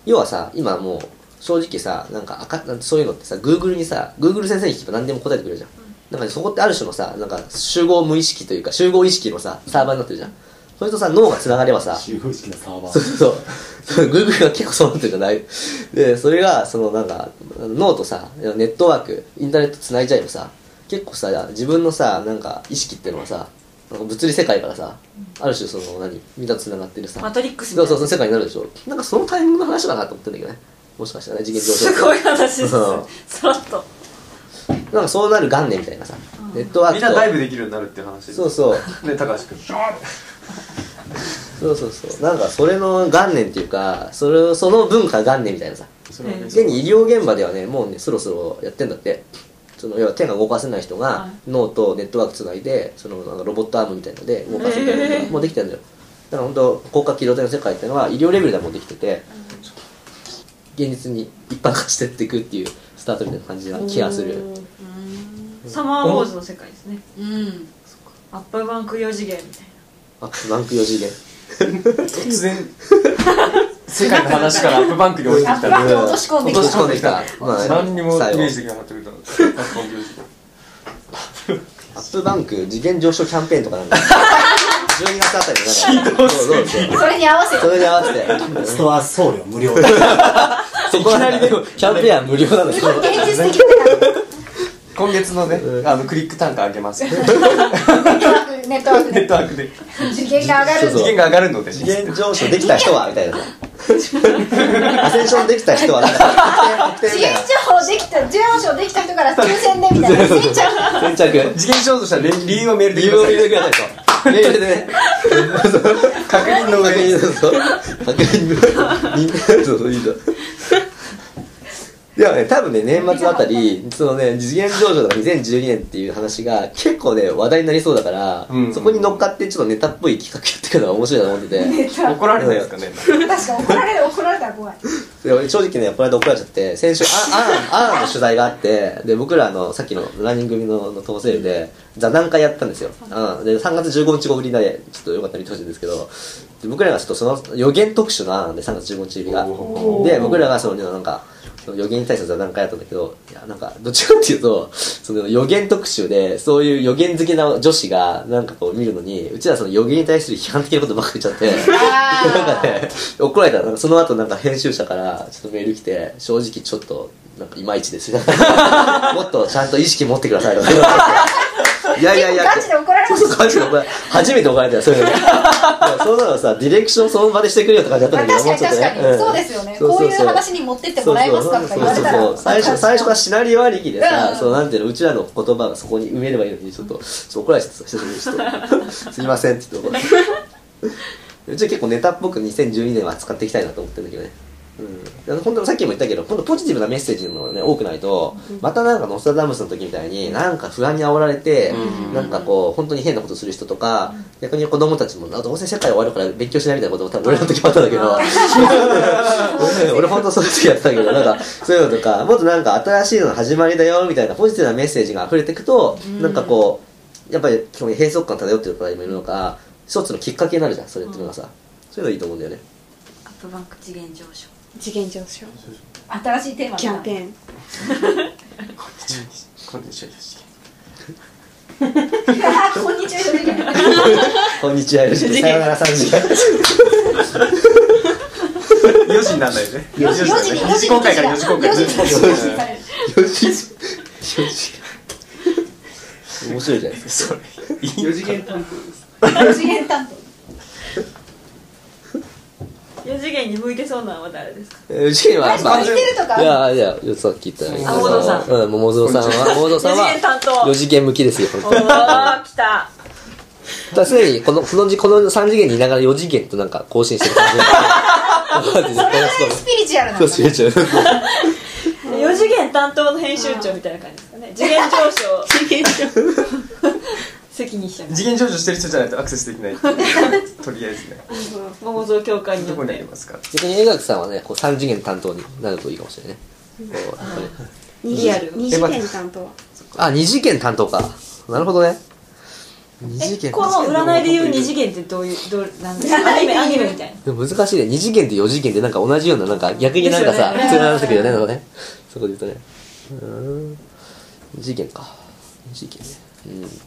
[SPEAKER 6] 要はさ今もう正直さなんか赤なんてそういうのってさ Google にさ Google 先生に聞けば何でも答えてくれるじゃん、なんかねそこってある種のさなんか集合無意識というか集合意識のさサーバーになってるじゃんそれとさ脳がつながればさ
[SPEAKER 1] 集合式のサーバ
[SPEAKER 6] そうそうそう。グーグルが結構そうなってるじゃないで、それが、そのなんか、脳とさ、ネットワーク、インターネット繋いじゃえばさ、結構さ、自分のさ、なんか意識っていうのはさ、なんか物理世界からさ、ある種その何、みんなと繋がってるさ、
[SPEAKER 2] マトリックスみ
[SPEAKER 6] そ
[SPEAKER 2] た
[SPEAKER 6] う
[SPEAKER 2] い
[SPEAKER 6] そ
[SPEAKER 2] な
[SPEAKER 6] う、その世界になるでしょ。なんかそのタイミングの話だなと思ってんだけどね。もしかしたらね、次元上昇。
[SPEAKER 2] すごい話です
[SPEAKER 6] うん
[SPEAKER 2] さらっと
[SPEAKER 6] なんかそうなる元年みたいなさ、ネットワー
[SPEAKER 7] み
[SPEAKER 6] ク
[SPEAKER 7] ん
[SPEAKER 6] と。
[SPEAKER 7] なダイブできるようになるっていう話
[SPEAKER 6] そうそう。
[SPEAKER 7] うね高橋君
[SPEAKER 6] そうそうそう。なんかそれの元年っていうか、それその文化元年みたいなさ。
[SPEAKER 7] それはね
[SPEAKER 6] 現に医療現場ではねもうねそろそろやってんだってその要は手が動かせない人
[SPEAKER 2] は
[SPEAKER 6] が脳とネットワークつないでそのなんかロボットアームみたいので動かすみたいなのがもうできてるんだよだから本当高架機動隊の世界っていうのは医療レベルではもうできてて現実に一般化してっていくっていうスタートみたいな感じな気がする
[SPEAKER 2] サマーウォーズの世界ですね
[SPEAKER 5] うん
[SPEAKER 2] アップバンク4次元みたい
[SPEAKER 6] あランク4次元
[SPEAKER 7] 突 (laughs) 然世界の話からアップバンクに降りてきた
[SPEAKER 4] あ落とし込んできた
[SPEAKER 6] 落とし込んできたまあ
[SPEAKER 7] 何にもイ
[SPEAKER 6] 最後
[SPEAKER 7] メージできなかったけどアップバンク
[SPEAKER 6] アップバンク次元上昇キャンペーンとか
[SPEAKER 7] (laughs)
[SPEAKER 6] なんか12月あたりのなんかそうそうそう
[SPEAKER 4] それに合わせて
[SPEAKER 6] それに合わせて
[SPEAKER 1] ーストア送料無料
[SPEAKER 6] そこはなんかキャンペーンは無料なんですけど
[SPEAKER 4] 現実的だな
[SPEAKER 7] 今月のねあのクリック単価上げ (laughs) ます
[SPEAKER 4] ネットワーク
[SPEAKER 7] ネ
[SPEAKER 4] で
[SPEAKER 7] ットワークで
[SPEAKER 4] 受験が上がる
[SPEAKER 6] そう
[SPEAKER 7] 次元が上がるので
[SPEAKER 6] 次元上昇できた人はみたいなアセンションできた人はなんか確定確定み
[SPEAKER 4] 自営上できた自営上できた人から抽選でみたいなついちゃう
[SPEAKER 6] たいな先着
[SPEAKER 7] 次元上昇したら理理由をメールで
[SPEAKER 6] 理
[SPEAKER 7] く
[SPEAKER 6] 由
[SPEAKER 7] だ
[SPEAKER 6] を
[SPEAKER 7] さ
[SPEAKER 6] 入
[SPEAKER 7] い
[SPEAKER 6] れてくださいとメールでね
[SPEAKER 7] 確認
[SPEAKER 6] 確
[SPEAKER 7] の上
[SPEAKER 6] 認そう確認みんなそうそういいじゃんでもね多分ね年末あたりそのね次元上昇とか2012年っていう話が結構ね話題になりそうだから、
[SPEAKER 7] うん
[SPEAKER 6] そこに乗っかってちょっとネタっぽい企画やっていくのが面白いなと思ってて
[SPEAKER 7] 怒られないですかね
[SPEAKER 4] 確か怒られる怒られたら怖い
[SPEAKER 6] で俺正直ねこの間怒られちゃって先週ああんあんの取材があってで僕らのさっきのランニング組のの統制で座談会やったんですよ、うん、で3月15日ごぶりなんでちょっとよかったら見てほしいんですけどで僕らがちょっとその予言特集の案なんで3月15日入りがで僕らがそのなんかその予言に対して座談会やったんだけどいやなんかどっちかっていうとその予言特集でそういう予言好きな女子がなんかこう見るのにうちらその予言に対する批判的なことばっかり言っちゃってなんかね、怒られた。なんかその後なんか編集者からちょっとメール来て、正直ちょっと、なんかいまいちです。 (laughs) もっとちゃんと意識持ってくださいとか言わ
[SPEAKER 4] (laughs)
[SPEAKER 6] れて。いやいやいやって。
[SPEAKER 4] 結構ガチで怒られまし
[SPEAKER 6] そ
[SPEAKER 4] た
[SPEAKER 6] うそう、ガチで怒られ初めて怒られたよ、それで。いやそうなのさ、ディレクションその場でしてくれよって感じだったんだけど、
[SPEAKER 4] 確かに
[SPEAKER 6] もう
[SPEAKER 4] 確
[SPEAKER 6] ちょっと
[SPEAKER 4] かに、
[SPEAKER 6] ねん
[SPEAKER 4] そうですよね
[SPEAKER 6] そうそうそう
[SPEAKER 4] こういう話に持ってってもらえますかとか言われたら
[SPEAKER 6] そうそうそう最初最初からシナリオありきでさ、
[SPEAKER 4] うん
[SPEAKER 6] そうなんていうのうちらの言葉がそこに埋めればいいのにちょっと,、ちょっと怒られてた久しぶりにちょっとすいませんって言 (laughs) って怒られてうちは結構ネタっぽく2012年は使っていきたいなと思ってるんだけどねうん、本当さっきも言ったけど今度ポジティブなメッセージもね多くないと、またなんかノスタダムスの時みたいになんか不安に煽られて、なんかこう本当に変なことする人とか、逆に子供たちもあどうせ世界終わるから勉強しないみたいなことも多分俺らの時もあったんだけど、 (laughs) 俺俺本当そういう時やってたけどなんかそういうのとかもっとなんか新しいのの始まりだよみたいなポジティブなメッセージが溢れていくと、なんかこうやっぱり基本閉塞感漂ってる方にもいるのか一つのきっかけになるじゃんそれっていうのがさ、そういうのいいと思うんだよね
[SPEAKER 2] なアップバンク次元上昇
[SPEAKER 5] 次元上昇
[SPEAKER 4] 新しいテーマ
[SPEAKER 5] キャンペ
[SPEAKER 4] ーン
[SPEAKER 5] ーン
[SPEAKER 7] こんにちは吉木
[SPEAKER 4] こんにちは正直
[SPEAKER 6] こんにちはよろしくさよなら3時間
[SPEAKER 7] 4時にならないでね4
[SPEAKER 4] 4時に4時
[SPEAKER 7] 2時
[SPEAKER 4] に
[SPEAKER 7] 公開から4時公開
[SPEAKER 4] 4時に4時に
[SPEAKER 6] (laughs) よしよし面白いじゃないですか
[SPEAKER 7] それ
[SPEAKER 5] 四次元担当です
[SPEAKER 4] 四次元担
[SPEAKER 2] 4次元に向いてそうなのは誰ですか
[SPEAKER 6] えうちは
[SPEAKER 4] 当。向いてるとか。
[SPEAKER 6] いやいやさっき言った
[SPEAKER 2] あ桃蔵さ
[SPEAKER 6] んうん桃蔵さんは桃蔵さん
[SPEAKER 2] 四次元担当
[SPEAKER 6] は四次元向きですよ本
[SPEAKER 2] お
[SPEAKER 6] 当に
[SPEAKER 2] ー来た
[SPEAKER 6] ただすでにこのこのこの3次元にいながら4次元となんか更新してる
[SPEAKER 2] (laughs)
[SPEAKER 6] 感じマジで (laughs)
[SPEAKER 4] それぐらいスピリチュアルな
[SPEAKER 6] そ
[SPEAKER 4] の
[SPEAKER 6] う。そうそうそう
[SPEAKER 2] 4次元担当の編集長みたいな感じですかね次元上昇次元上昇 (laughs) 責任者
[SPEAKER 7] 次元上昇してる人じゃないとアクセスできないとりあえずね
[SPEAKER 2] 桃蔵教会に
[SPEAKER 7] ど
[SPEAKER 2] よ
[SPEAKER 7] こ
[SPEAKER 2] っ
[SPEAKER 7] にあり
[SPEAKER 2] て
[SPEAKER 7] ますか
[SPEAKER 6] 逆に江垣さんはねこう3次元担当になるといいかもしれないねこうやっぱり
[SPEAKER 5] 二
[SPEAKER 2] リアル
[SPEAKER 5] 二次元担当
[SPEAKER 6] あ二次元担当かなるほどね二次
[SPEAKER 2] え
[SPEAKER 6] 元
[SPEAKER 2] この占いで言う二次元ってどういうどうなんです (laughs) かアニメアニメみたいな
[SPEAKER 6] でも難しいね二次元と四次元でなんか同じようななんか逆になんかさ、
[SPEAKER 2] ですよね
[SPEAKER 6] 普通の話だけどねなんかねそこで言うとねうーん二次元か二次元ねうん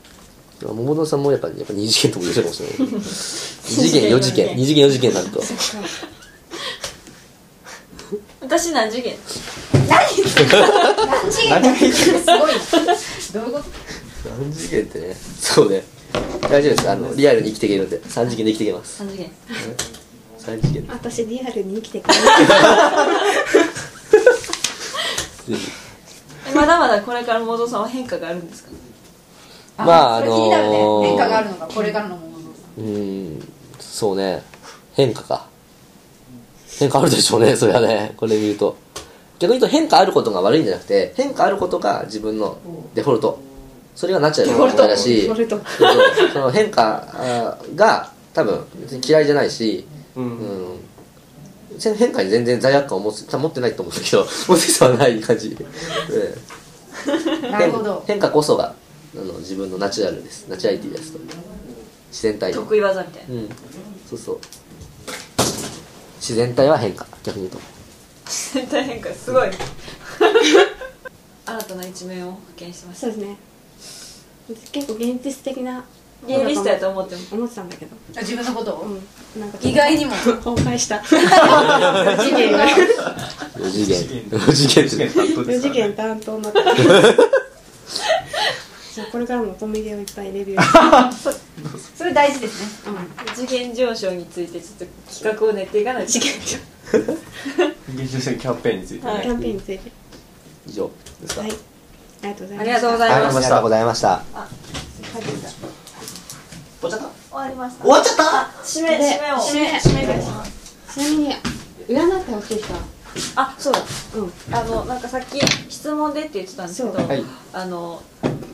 [SPEAKER 6] 桃野さんもやっぱやっぱ二次元とも一緒かもしれない二次元四次元二次元四次元になると
[SPEAKER 2] 私何次元
[SPEAKER 4] 何言ってる何次元
[SPEAKER 7] 何
[SPEAKER 4] すごい。どういうこと
[SPEAKER 6] 三次元ってねそうね大丈夫ですあのリアルに生きていけるので三次元で生きていけます
[SPEAKER 2] 三次元
[SPEAKER 6] 三次元で
[SPEAKER 5] 私リアルに生きてくれる
[SPEAKER 6] ぜひ
[SPEAKER 2] えまだまだこれから桃蔵さんは変化があるんですか
[SPEAKER 6] まあ
[SPEAKER 4] それ気になる
[SPEAKER 6] あ
[SPEAKER 4] ね
[SPEAKER 6] のー
[SPEAKER 4] 変化があるのかこれからのものの
[SPEAKER 6] うーんそうね変化か変化あるでしょうねそれはねこれ見ると逆に言うと変化あることが悪いんじゃなくて変化あることが自分のデフォルトそれがなっちゃう
[SPEAKER 2] デフォルト
[SPEAKER 6] だし
[SPEAKER 5] それと
[SPEAKER 6] そうそうその変化あーが多分別に嫌いじゃないし、
[SPEAKER 7] うん
[SPEAKER 6] うんせ変化に全然罪悪感を持つ多分持ってないと思うんだけど持つ人はない感じ、ええ
[SPEAKER 4] なるほど
[SPEAKER 6] 変化こそがあの自分のナチュラルですナチュラリティですと自然体
[SPEAKER 2] 得意技みたいな
[SPEAKER 6] うんそうそう自然体は変化逆に言う
[SPEAKER 2] 全体変化すごい新たな一面を発見してまし
[SPEAKER 5] そうですね結構現実的な
[SPEAKER 2] たゲイリストやと思っても
[SPEAKER 5] 思ってたんだけど
[SPEAKER 4] あ自分のことを
[SPEAKER 5] うんなんか
[SPEAKER 4] 意外にも
[SPEAKER 5] 崩壊した
[SPEAKER 4] 次元が
[SPEAKER 6] と4次元
[SPEAKER 7] 四
[SPEAKER 6] 4次元
[SPEAKER 7] 次元担当で
[SPEAKER 5] 四
[SPEAKER 7] す
[SPEAKER 5] 次
[SPEAKER 7] からね
[SPEAKER 5] 元担当になったじゃあこれからも乙女芸をいっぱいレビューして
[SPEAKER 4] それ大事ですね
[SPEAKER 2] 次元上昇についてちょっと企画を練っていかないと次元上
[SPEAKER 7] 四次元上昇キャンペーンについてね、
[SPEAKER 2] はい
[SPEAKER 5] キャンペーンについて
[SPEAKER 6] 以上ですか
[SPEAKER 5] はいありがとうござい
[SPEAKER 2] 昇あり
[SPEAKER 5] ます
[SPEAKER 2] がとうござ
[SPEAKER 6] はいい
[SPEAKER 2] ま
[SPEAKER 6] あり
[SPEAKER 2] した
[SPEAKER 6] がとうございました
[SPEAKER 2] 終わりました
[SPEAKER 6] 終わっちゃった
[SPEAKER 2] 締め締めを
[SPEAKER 5] 締め締めお願いしますちなみに占ってほしい人は
[SPEAKER 2] あそうだ
[SPEAKER 5] うん
[SPEAKER 2] あのなんかさっき質問でって言ってたんですけど、
[SPEAKER 5] そう
[SPEAKER 6] はい
[SPEAKER 2] あの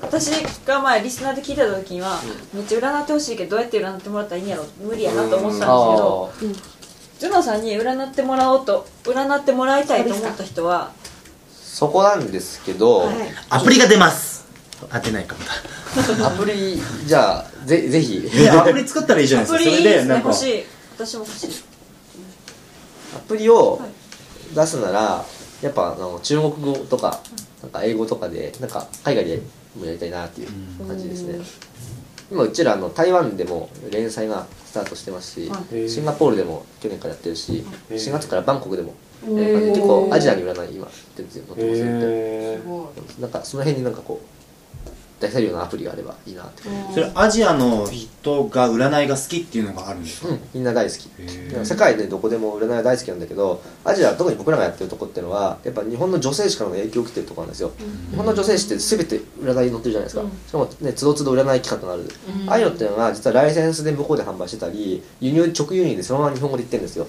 [SPEAKER 2] 私が前リスナーで聞いた時には、めっちゃ占ってほしいけどどうやって占ってもらったらいいんやろ無理やなと思ってたんですけどジュノさんに占ってもらおうと占ってもらいたいと思った人は
[SPEAKER 6] そこなんですけど、
[SPEAKER 5] はい
[SPEAKER 1] アプリが出ます当てないかも
[SPEAKER 6] アプリじゃあぜぜひ
[SPEAKER 1] いやアプリ作ったらいいじゃな
[SPEAKER 2] ア
[SPEAKER 1] いですか
[SPEAKER 2] プリいい
[SPEAKER 1] それ
[SPEAKER 2] で
[SPEAKER 1] ですな
[SPEAKER 2] ね
[SPEAKER 1] んか
[SPEAKER 2] 欲しい私も欲しい
[SPEAKER 6] アプリを
[SPEAKER 2] はい
[SPEAKER 6] 出すならやっぱあの中国語とかなんか英語とかでなんか海外でもやりたいなっていう感じですね今うちらあの台湾でも連載がスタートしてますし、
[SPEAKER 2] は
[SPEAKER 6] シンガポールでも去年からやってるし、
[SPEAKER 7] へー
[SPEAKER 6] 4月からバンコクでも、
[SPEAKER 2] へ
[SPEAKER 6] え
[SPEAKER 2] ー
[SPEAKER 6] ー結構アジアに占い今やってるっていうのともそうやっ
[SPEAKER 7] え
[SPEAKER 4] すごい
[SPEAKER 6] てなんかその辺になんかこう出せるようなアプリがあればいいなって感
[SPEAKER 1] それアジアの人が占いが好きっていうのがあるんです
[SPEAKER 6] じ、
[SPEAKER 1] か
[SPEAKER 6] うん、みんな大好き
[SPEAKER 1] へ
[SPEAKER 6] いや
[SPEAKER 1] ー
[SPEAKER 6] 世界でどこでも占いは大好きなんだけどアジア特に僕らがやってるとこっていうのはやっぱ日本の女性誌からの影響を受けてるところなんですよ、日本の女性誌って全て占いに載ってるじゃないですか、
[SPEAKER 2] うん
[SPEAKER 6] しかもねつどつど占い企画がある、ああいうのっていうのは実はライセンスで向こうで販売してたり輸入直輸入でそのまま日本語で言ってるんですよ、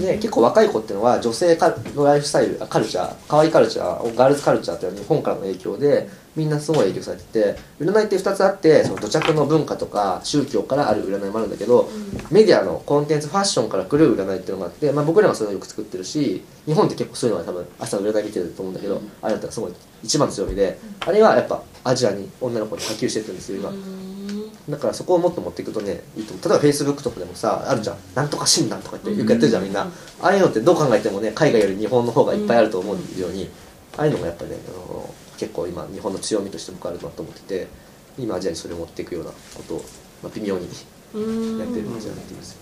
[SPEAKER 6] で結構若い子っていうのは女性カルのライフスタイルあカルチャー可愛いカルチャーをガールズカルチャーっていうのは日本からの影響でみんなすごい影響されてて占いって2つあってその土着の文化とか宗教からある占いもあるんだけど、メディアのコンテンツファッションから来る占いっていうのがあって、まあ、僕らがそういうのをよく作ってるし日本って結構そういうのが多分朝占い見てると思うんだけど、あれだったらすごい一番の強みで、あれはやっぱアジアに女の子に波及してってるんですよ今。だからそこをもっと持っていくとねいいと思う例えばフェイスブックとかでもさあるじゃんなんとか診断とか言ってよくやってるじゃんみんなああいうのってどう考えてもね海外より日本の方がいっぱいあると思うようにああいうのがやっぱねあの結構今日本の強みとして僕あるなと思ってて今アジアにそれを持っていくようなことを、まあ、微妙にや
[SPEAKER 2] うーん
[SPEAKER 6] ってる感じになっています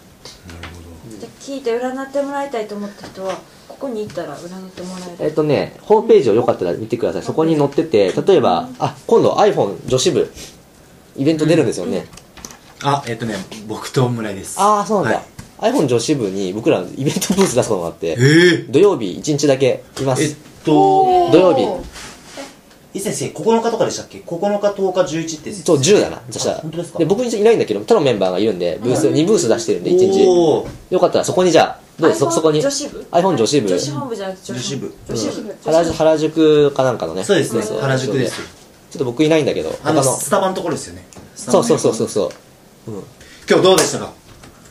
[SPEAKER 2] じゃあ聞いて占ってもらいたいと思った人はここに行ったら占ってもらえる
[SPEAKER 6] えっとね、ホームページをよかったら見てください。そこに載ってて、例えば、あ、今度 iPhone 女子部イベント出るんですよね、
[SPEAKER 1] あ、えっとね、僕と村井です。
[SPEAKER 6] ああそうなんだ
[SPEAKER 1] はい、
[SPEAKER 6] iPhone 女子部に僕らイベントブース出すのがあって
[SPEAKER 1] え
[SPEAKER 6] 土曜日1日だけいま
[SPEAKER 1] えっ
[SPEAKER 6] す
[SPEAKER 1] と、
[SPEAKER 6] 土曜日
[SPEAKER 1] い先生、9日とかでしたっけ ?9 日、10日、11って。
[SPEAKER 6] そう10だなそした
[SPEAKER 1] あ
[SPEAKER 6] ら
[SPEAKER 1] 本当ですか
[SPEAKER 6] 僕いないんだけど他のメンバーがいるんでブース2ブース出してるんで1日
[SPEAKER 1] おー
[SPEAKER 6] よかったらそこにじゃあどうぞそそこに
[SPEAKER 2] iPhone 女子部
[SPEAKER 6] iPhone 女子部
[SPEAKER 2] 女子本部じゃなくて女子部
[SPEAKER 1] 女
[SPEAKER 2] 女
[SPEAKER 1] 子
[SPEAKER 2] 子
[SPEAKER 1] 部
[SPEAKER 2] 部
[SPEAKER 6] 原宿原宿かなんかのね
[SPEAKER 1] そうですね、原宿で
[SPEAKER 6] ち
[SPEAKER 1] す
[SPEAKER 6] ょ。っと僕いないんだけど
[SPEAKER 1] あ
[SPEAKER 6] 他
[SPEAKER 1] の、
[SPEAKER 6] の
[SPEAKER 1] スタバのところですよね。。
[SPEAKER 6] そうそうそうそううそう
[SPEAKER 1] 今日どうでしたか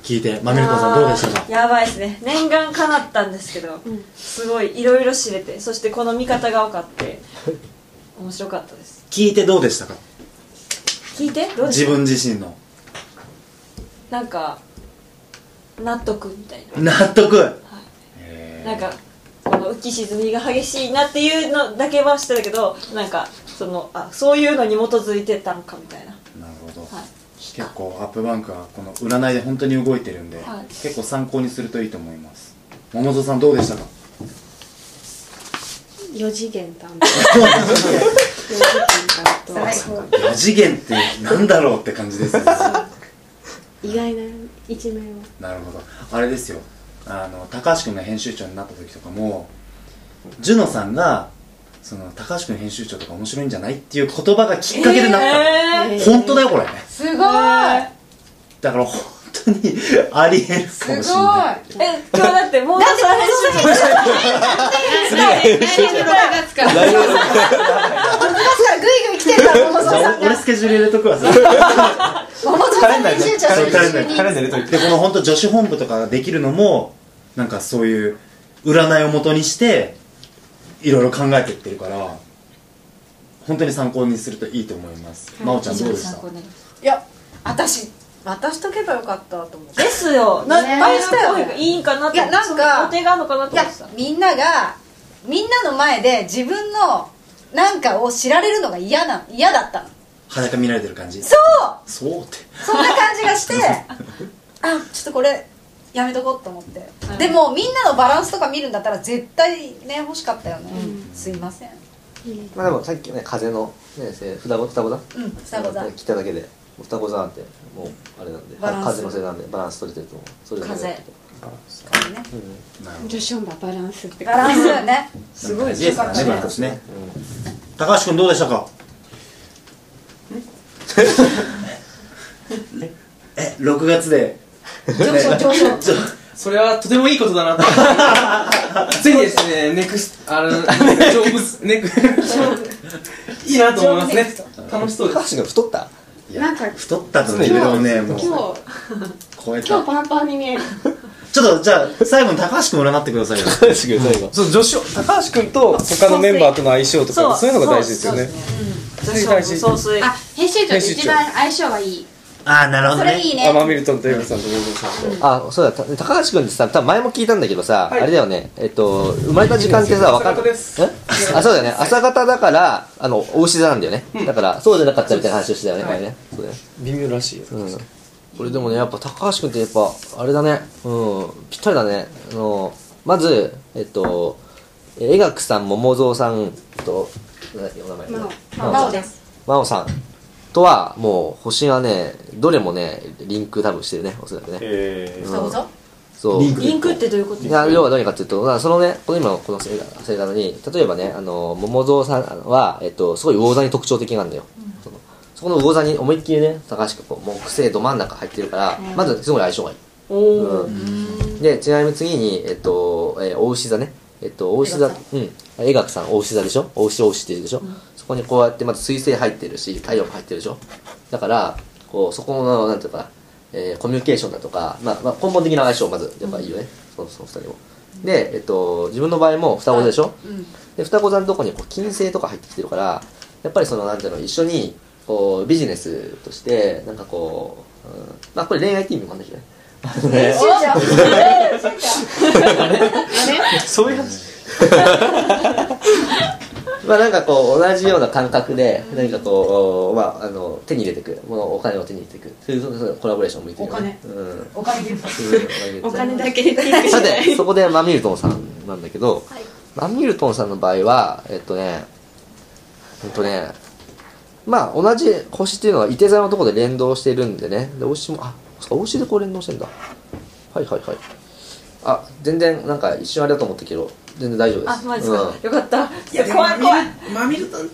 [SPEAKER 1] 聞いて、まみるこさんどうでしたか
[SPEAKER 2] やばいですね念願かなったんですけど、すごいいろいろ知れてそしてこの見方が多かって面白かったです
[SPEAKER 1] 聞いてどうでしたか
[SPEAKER 2] 聞いてどうで
[SPEAKER 1] 自
[SPEAKER 2] すか
[SPEAKER 1] 分自身の。
[SPEAKER 2] なんか納得みたい
[SPEAKER 1] 納得
[SPEAKER 2] ななんかこの浮き沈みが激しいなっていうのだけはしてたけどなんかそのあそういうのに基づいてたのかみたいな
[SPEAKER 1] なるほど。
[SPEAKER 2] はい
[SPEAKER 1] 結構アップバンクはこの占いで本当に動いてるんで、
[SPEAKER 2] はい
[SPEAKER 1] 結構参考にするといいと思います桃蔵さんどうでしたか
[SPEAKER 5] 4次元担当4次元担
[SPEAKER 1] 4次元ってなんだろうって感じですよね
[SPEAKER 5] 当意外な一面を
[SPEAKER 1] なるほどあれですよあの高橋君が編集長になった時とかもジュノさんがその高橋君編集長とか面白いんじゃないっていう言葉がきっかけでなったの、
[SPEAKER 2] えー
[SPEAKER 1] 本当だよこれ
[SPEAKER 4] すごいだ
[SPEAKER 1] だから本当にありえるかもしれない
[SPEAKER 2] え今日だってもうさ編集長
[SPEAKER 5] がつか
[SPEAKER 4] からグイグイ来てるから桃
[SPEAKER 1] じ
[SPEAKER 4] 蔵
[SPEAKER 1] ゃ
[SPEAKER 4] さ
[SPEAKER 1] あ
[SPEAKER 4] ん
[SPEAKER 1] 俺
[SPEAKER 4] が
[SPEAKER 1] スケジュール入れとくわさ
[SPEAKER 4] 桃蔵さん編集長
[SPEAKER 1] カレンダー
[SPEAKER 4] 出
[SPEAKER 1] に
[SPEAKER 4] 身に
[SPEAKER 7] カレンダー入れといて
[SPEAKER 1] でこの本当女子本部とかができるのもなんかそういう占いを元にしていろいろ考えていってるから本当に真央にするといいと思います、真央ちゃんどうでした
[SPEAKER 2] 参考になりま
[SPEAKER 4] いや私渡しとけばよかったと思う
[SPEAKER 2] すですよな
[SPEAKER 4] ねえ
[SPEAKER 2] あれした方がいいんかなと思って
[SPEAKER 4] いやなんか
[SPEAKER 2] そのお手があるのかなと思
[SPEAKER 4] いや
[SPEAKER 2] ってた
[SPEAKER 4] みんながみんなの前で自分のなんかを知られるのが嫌な嫌だったの
[SPEAKER 1] 裸見られてる感じ
[SPEAKER 4] そう
[SPEAKER 1] そうって
[SPEAKER 4] そんな感じが (laughs) してあちょっとこれやめとこうと思って、
[SPEAKER 2] ん
[SPEAKER 4] でもみんなのバランスとか見るんだったら絶対ね欲しかったよね、すいません
[SPEAKER 6] まあでもさっきね風のねせ双子双子だ
[SPEAKER 4] うん双子座
[SPEAKER 6] 来ただけで双子座ってもうあれなんで
[SPEAKER 4] バラン
[SPEAKER 6] 風
[SPEAKER 4] ス
[SPEAKER 6] のせいなんでバランス取れてると思うそれだけだけど
[SPEAKER 4] そうね
[SPEAKER 1] なるほど
[SPEAKER 5] 女子本場バランスって
[SPEAKER 4] バランスよね
[SPEAKER 1] すごいですからね
[SPEAKER 4] よ
[SPEAKER 1] バ
[SPEAKER 4] か
[SPEAKER 1] ラ
[SPEAKER 4] った
[SPEAKER 1] ンスね、高橋君どうでしたかええ6月で
[SPEAKER 4] 上昇上昇
[SPEAKER 1] ちょ
[SPEAKER 7] それはとてもいいことだなと
[SPEAKER 1] (laughs)
[SPEAKER 7] ぜひですねネクスあのジョブズネクいいなと思いますね楽しそうです
[SPEAKER 6] 高橋君太った
[SPEAKER 1] いや
[SPEAKER 5] なんか
[SPEAKER 1] 太ったとの夢をねも
[SPEAKER 5] 今
[SPEAKER 1] う
[SPEAKER 5] 日
[SPEAKER 1] 超えた
[SPEAKER 5] 今日パンパンに見える
[SPEAKER 1] ちょっとじゃあ最後に高橋君占ってくだ (laughs) さいよ
[SPEAKER 6] 高橋君最後
[SPEAKER 8] そう女子高橋君と他のメンバーとの相性とかそういうのが大事ですよね
[SPEAKER 2] そうですね女子総帥
[SPEAKER 5] あ編集長って一番相性がいい
[SPEAKER 1] ああなるほど
[SPEAKER 4] そ
[SPEAKER 1] ね
[SPEAKER 4] れいい
[SPEAKER 8] ア
[SPEAKER 4] ね
[SPEAKER 8] マミルトンとエイブさんとモズさんと
[SPEAKER 6] あそうだた高橋君ってさ多分前も聞いたんだけどさ、
[SPEAKER 8] はい
[SPEAKER 6] あれだよねえっと生まれた時間ってさ分かん
[SPEAKER 8] 朝方です
[SPEAKER 6] えあそうだよ
[SPEAKER 8] (laughs)
[SPEAKER 6] ね朝方だからあのお牛座なんだよね、だからそうじゃなかったみたいな話をしてたよね、
[SPEAKER 8] はい
[SPEAKER 6] 前ねそうだよね
[SPEAKER 8] 微妙らしいよ
[SPEAKER 6] うんこれでもねやっぱ高橋君ってやっぱあれだねうんぴったりだねあのまずえっとえ江学さん桃蔵さんとなんだっけお名前
[SPEAKER 5] 真央
[SPEAKER 4] なおです
[SPEAKER 6] 真央さんとはもう星がねどれもねリンク多分してるねおそらくね、
[SPEAKER 8] え
[SPEAKER 6] うん
[SPEAKER 4] 双子座
[SPEAKER 6] そう
[SPEAKER 2] リンクってどういうこと
[SPEAKER 6] いや要は何かっていうと、まあそのね、この今のこの星座に、例えばね、あの、桃蔵さんは、えっと、すごい魚座に特徴的なんだよ。そのそこの魚座に思いっきりね、高橋君、こう木星ど真ん中入ってるから、まずすごい相性がいい。
[SPEAKER 2] おー
[SPEAKER 6] うん、で、ちなみに次に、えっと、えー、大牛座ね。えっと、大牛座、うん。江学さん、大牛座でしょ大牛大牛って言うでしょ、そこにこうやって、まず水星入ってるし、太陽も入ってるでしょだから、こう、そこの、なんていうかな、えー、コミュニケーションだとか、まあ、まあ、根本的な相性、まず、やっぱいいよね。そのその二人も。で、えっと、自分の場合も双子座でしょ、で、双子座のとこにこう金星とか入ってきてるから、やっぱりその、なんていうの、一緒に、こう、ビジネスとして、なんかこう、うん、まあ、これ恋愛って意味もあるんだけどね。
[SPEAKER 4] 編集長
[SPEAKER 7] そういう話
[SPEAKER 6] (laughs) まあなんかこう同じような感覚で何かこう、まあ、あの手に入れてくものお金を手に入れてくそういうそういうコラボレーションもいいけどねうんうん
[SPEAKER 4] お金ゲット
[SPEAKER 6] お金
[SPEAKER 5] だけで
[SPEAKER 6] (laughs) さてそこでマミルトンさんなんだけど、マミルトンさんの場合はえっとねえっとねまあ同じ星っていうのは、いて座のところで連動してるんでね、で、星も、あ、そうか、星でこう連動してんだ。はいはいはい。あ、全然、なんか一瞬あれだと思ったけど、全然大丈夫で
[SPEAKER 2] あ
[SPEAKER 6] す。
[SPEAKER 2] マジですか、
[SPEAKER 6] うん
[SPEAKER 2] よかったいや怖い怖い
[SPEAKER 7] マミルトンち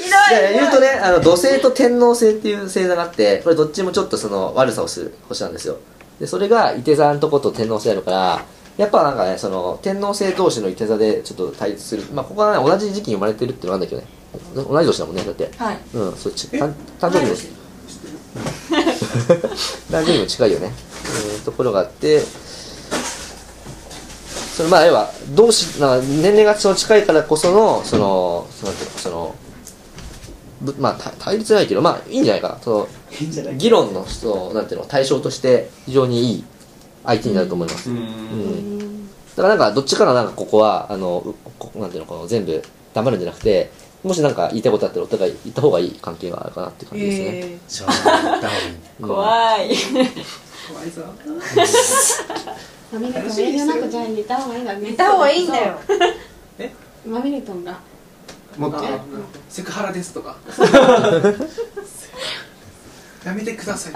[SPEAKER 6] いや言うとねあの土星と天王星っていう星座があってこれどっちもちょっとその悪さをする星なんですよでそれが伊手座のとこと天王星あるからやっぱなんかねその天王星同士の伊手座でちょっと対立するまあここはね同じ時期に生まれてるっていうのはあるんだけどね同じ年だもんねだって
[SPEAKER 2] はい
[SPEAKER 6] うんそっち誕誕生日も誕生日も近いよね、えーところがあってそれまあ要は同士なんか年齢がその近いからこそのそのそのなんていうのそのぶまあた対立じゃないけどまあいいんじゃないかなその議論のそのなんていうの対象として非常にいい相手になると思います、うんだからなんかどっちからなんかここはあのうこなんていうのこの全部黙るんじゃなくてもしなんか言いたいことあったらお互い言った方がいい関係があるかなっていう感じですね、
[SPEAKER 5] え
[SPEAKER 1] じゃあダーリン
[SPEAKER 6] うん
[SPEAKER 2] 怖い
[SPEAKER 7] ゃん怖いぞ
[SPEAKER 5] マミルトン遠慮なくじゃあ寝た方がいいんだ寝
[SPEAKER 4] 見た方がいいんだよ
[SPEAKER 5] マミルトンが
[SPEAKER 7] もっとセクハラですとかやめてください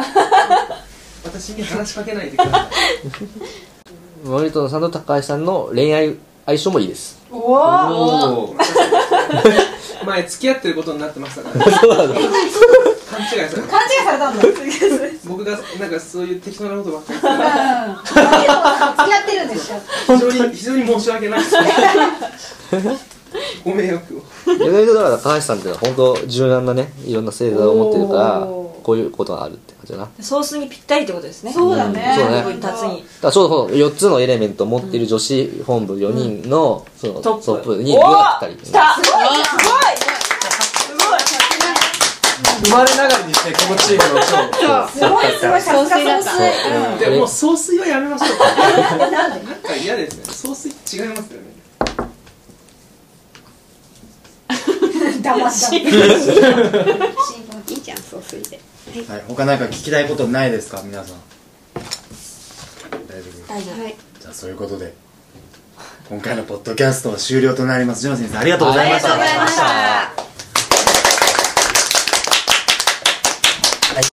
[SPEAKER 7] 私に話しかけないでください
[SPEAKER 6] マリトンさんと高橋さんの恋愛相性もいいです。
[SPEAKER 4] おお
[SPEAKER 7] おー前付き合ってることになってましたからね勘違いされた
[SPEAKER 4] 勘違いされたんだ
[SPEAKER 7] 僕がなんかそういう適当なことばっかり
[SPEAKER 4] うん付き合ってるんで (laughs) しょ
[SPEAKER 7] 非常に非常に申し訳ないですご迷惑を
[SPEAKER 6] 意外とだから高橋さんっていうのは本当柔軟なね、いろんな星座を持ってるから、
[SPEAKER 4] おー
[SPEAKER 6] こういうことがあるって感じだな。だか
[SPEAKER 2] (laughs) ソースにぴったりってことですね
[SPEAKER 4] そうだね
[SPEAKER 6] そうね
[SPEAKER 2] 部分立つに
[SPEAKER 6] らちょうどこの4つのエレメントを持ってる女子本部4人の、その
[SPEAKER 2] トップ
[SPEAKER 6] トップに
[SPEAKER 2] お
[SPEAKER 6] 分
[SPEAKER 2] ー
[SPEAKER 6] がったり。
[SPEAKER 2] 来たすごい
[SPEAKER 8] 生まれながらにしてこのチームの長
[SPEAKER 4] すごいすごいさすが総帥
[SPEAKER 6] そう
[SPEAKER 7] でももう総帥はやめましょう
[SPEAKER 4] うん (laughs) なんで
[SPEAKER 7] なんか嫌ですね総帥違いますよね
[SPEAKER 4] (laughs) 騙し
[SPEAKER 5] いいじゃんそうすいで
[SPEAKER 1] はい、他なんか聞きたいことないですか皆さん大丈夫
[SPEAKER 5] 大丈夫はい
[SPEAKER 1] じゃあそういうことで今回のポッドキャストは終了となりますジョナセンさんありがとうございました
[SPEAKER 6] ありがとうございました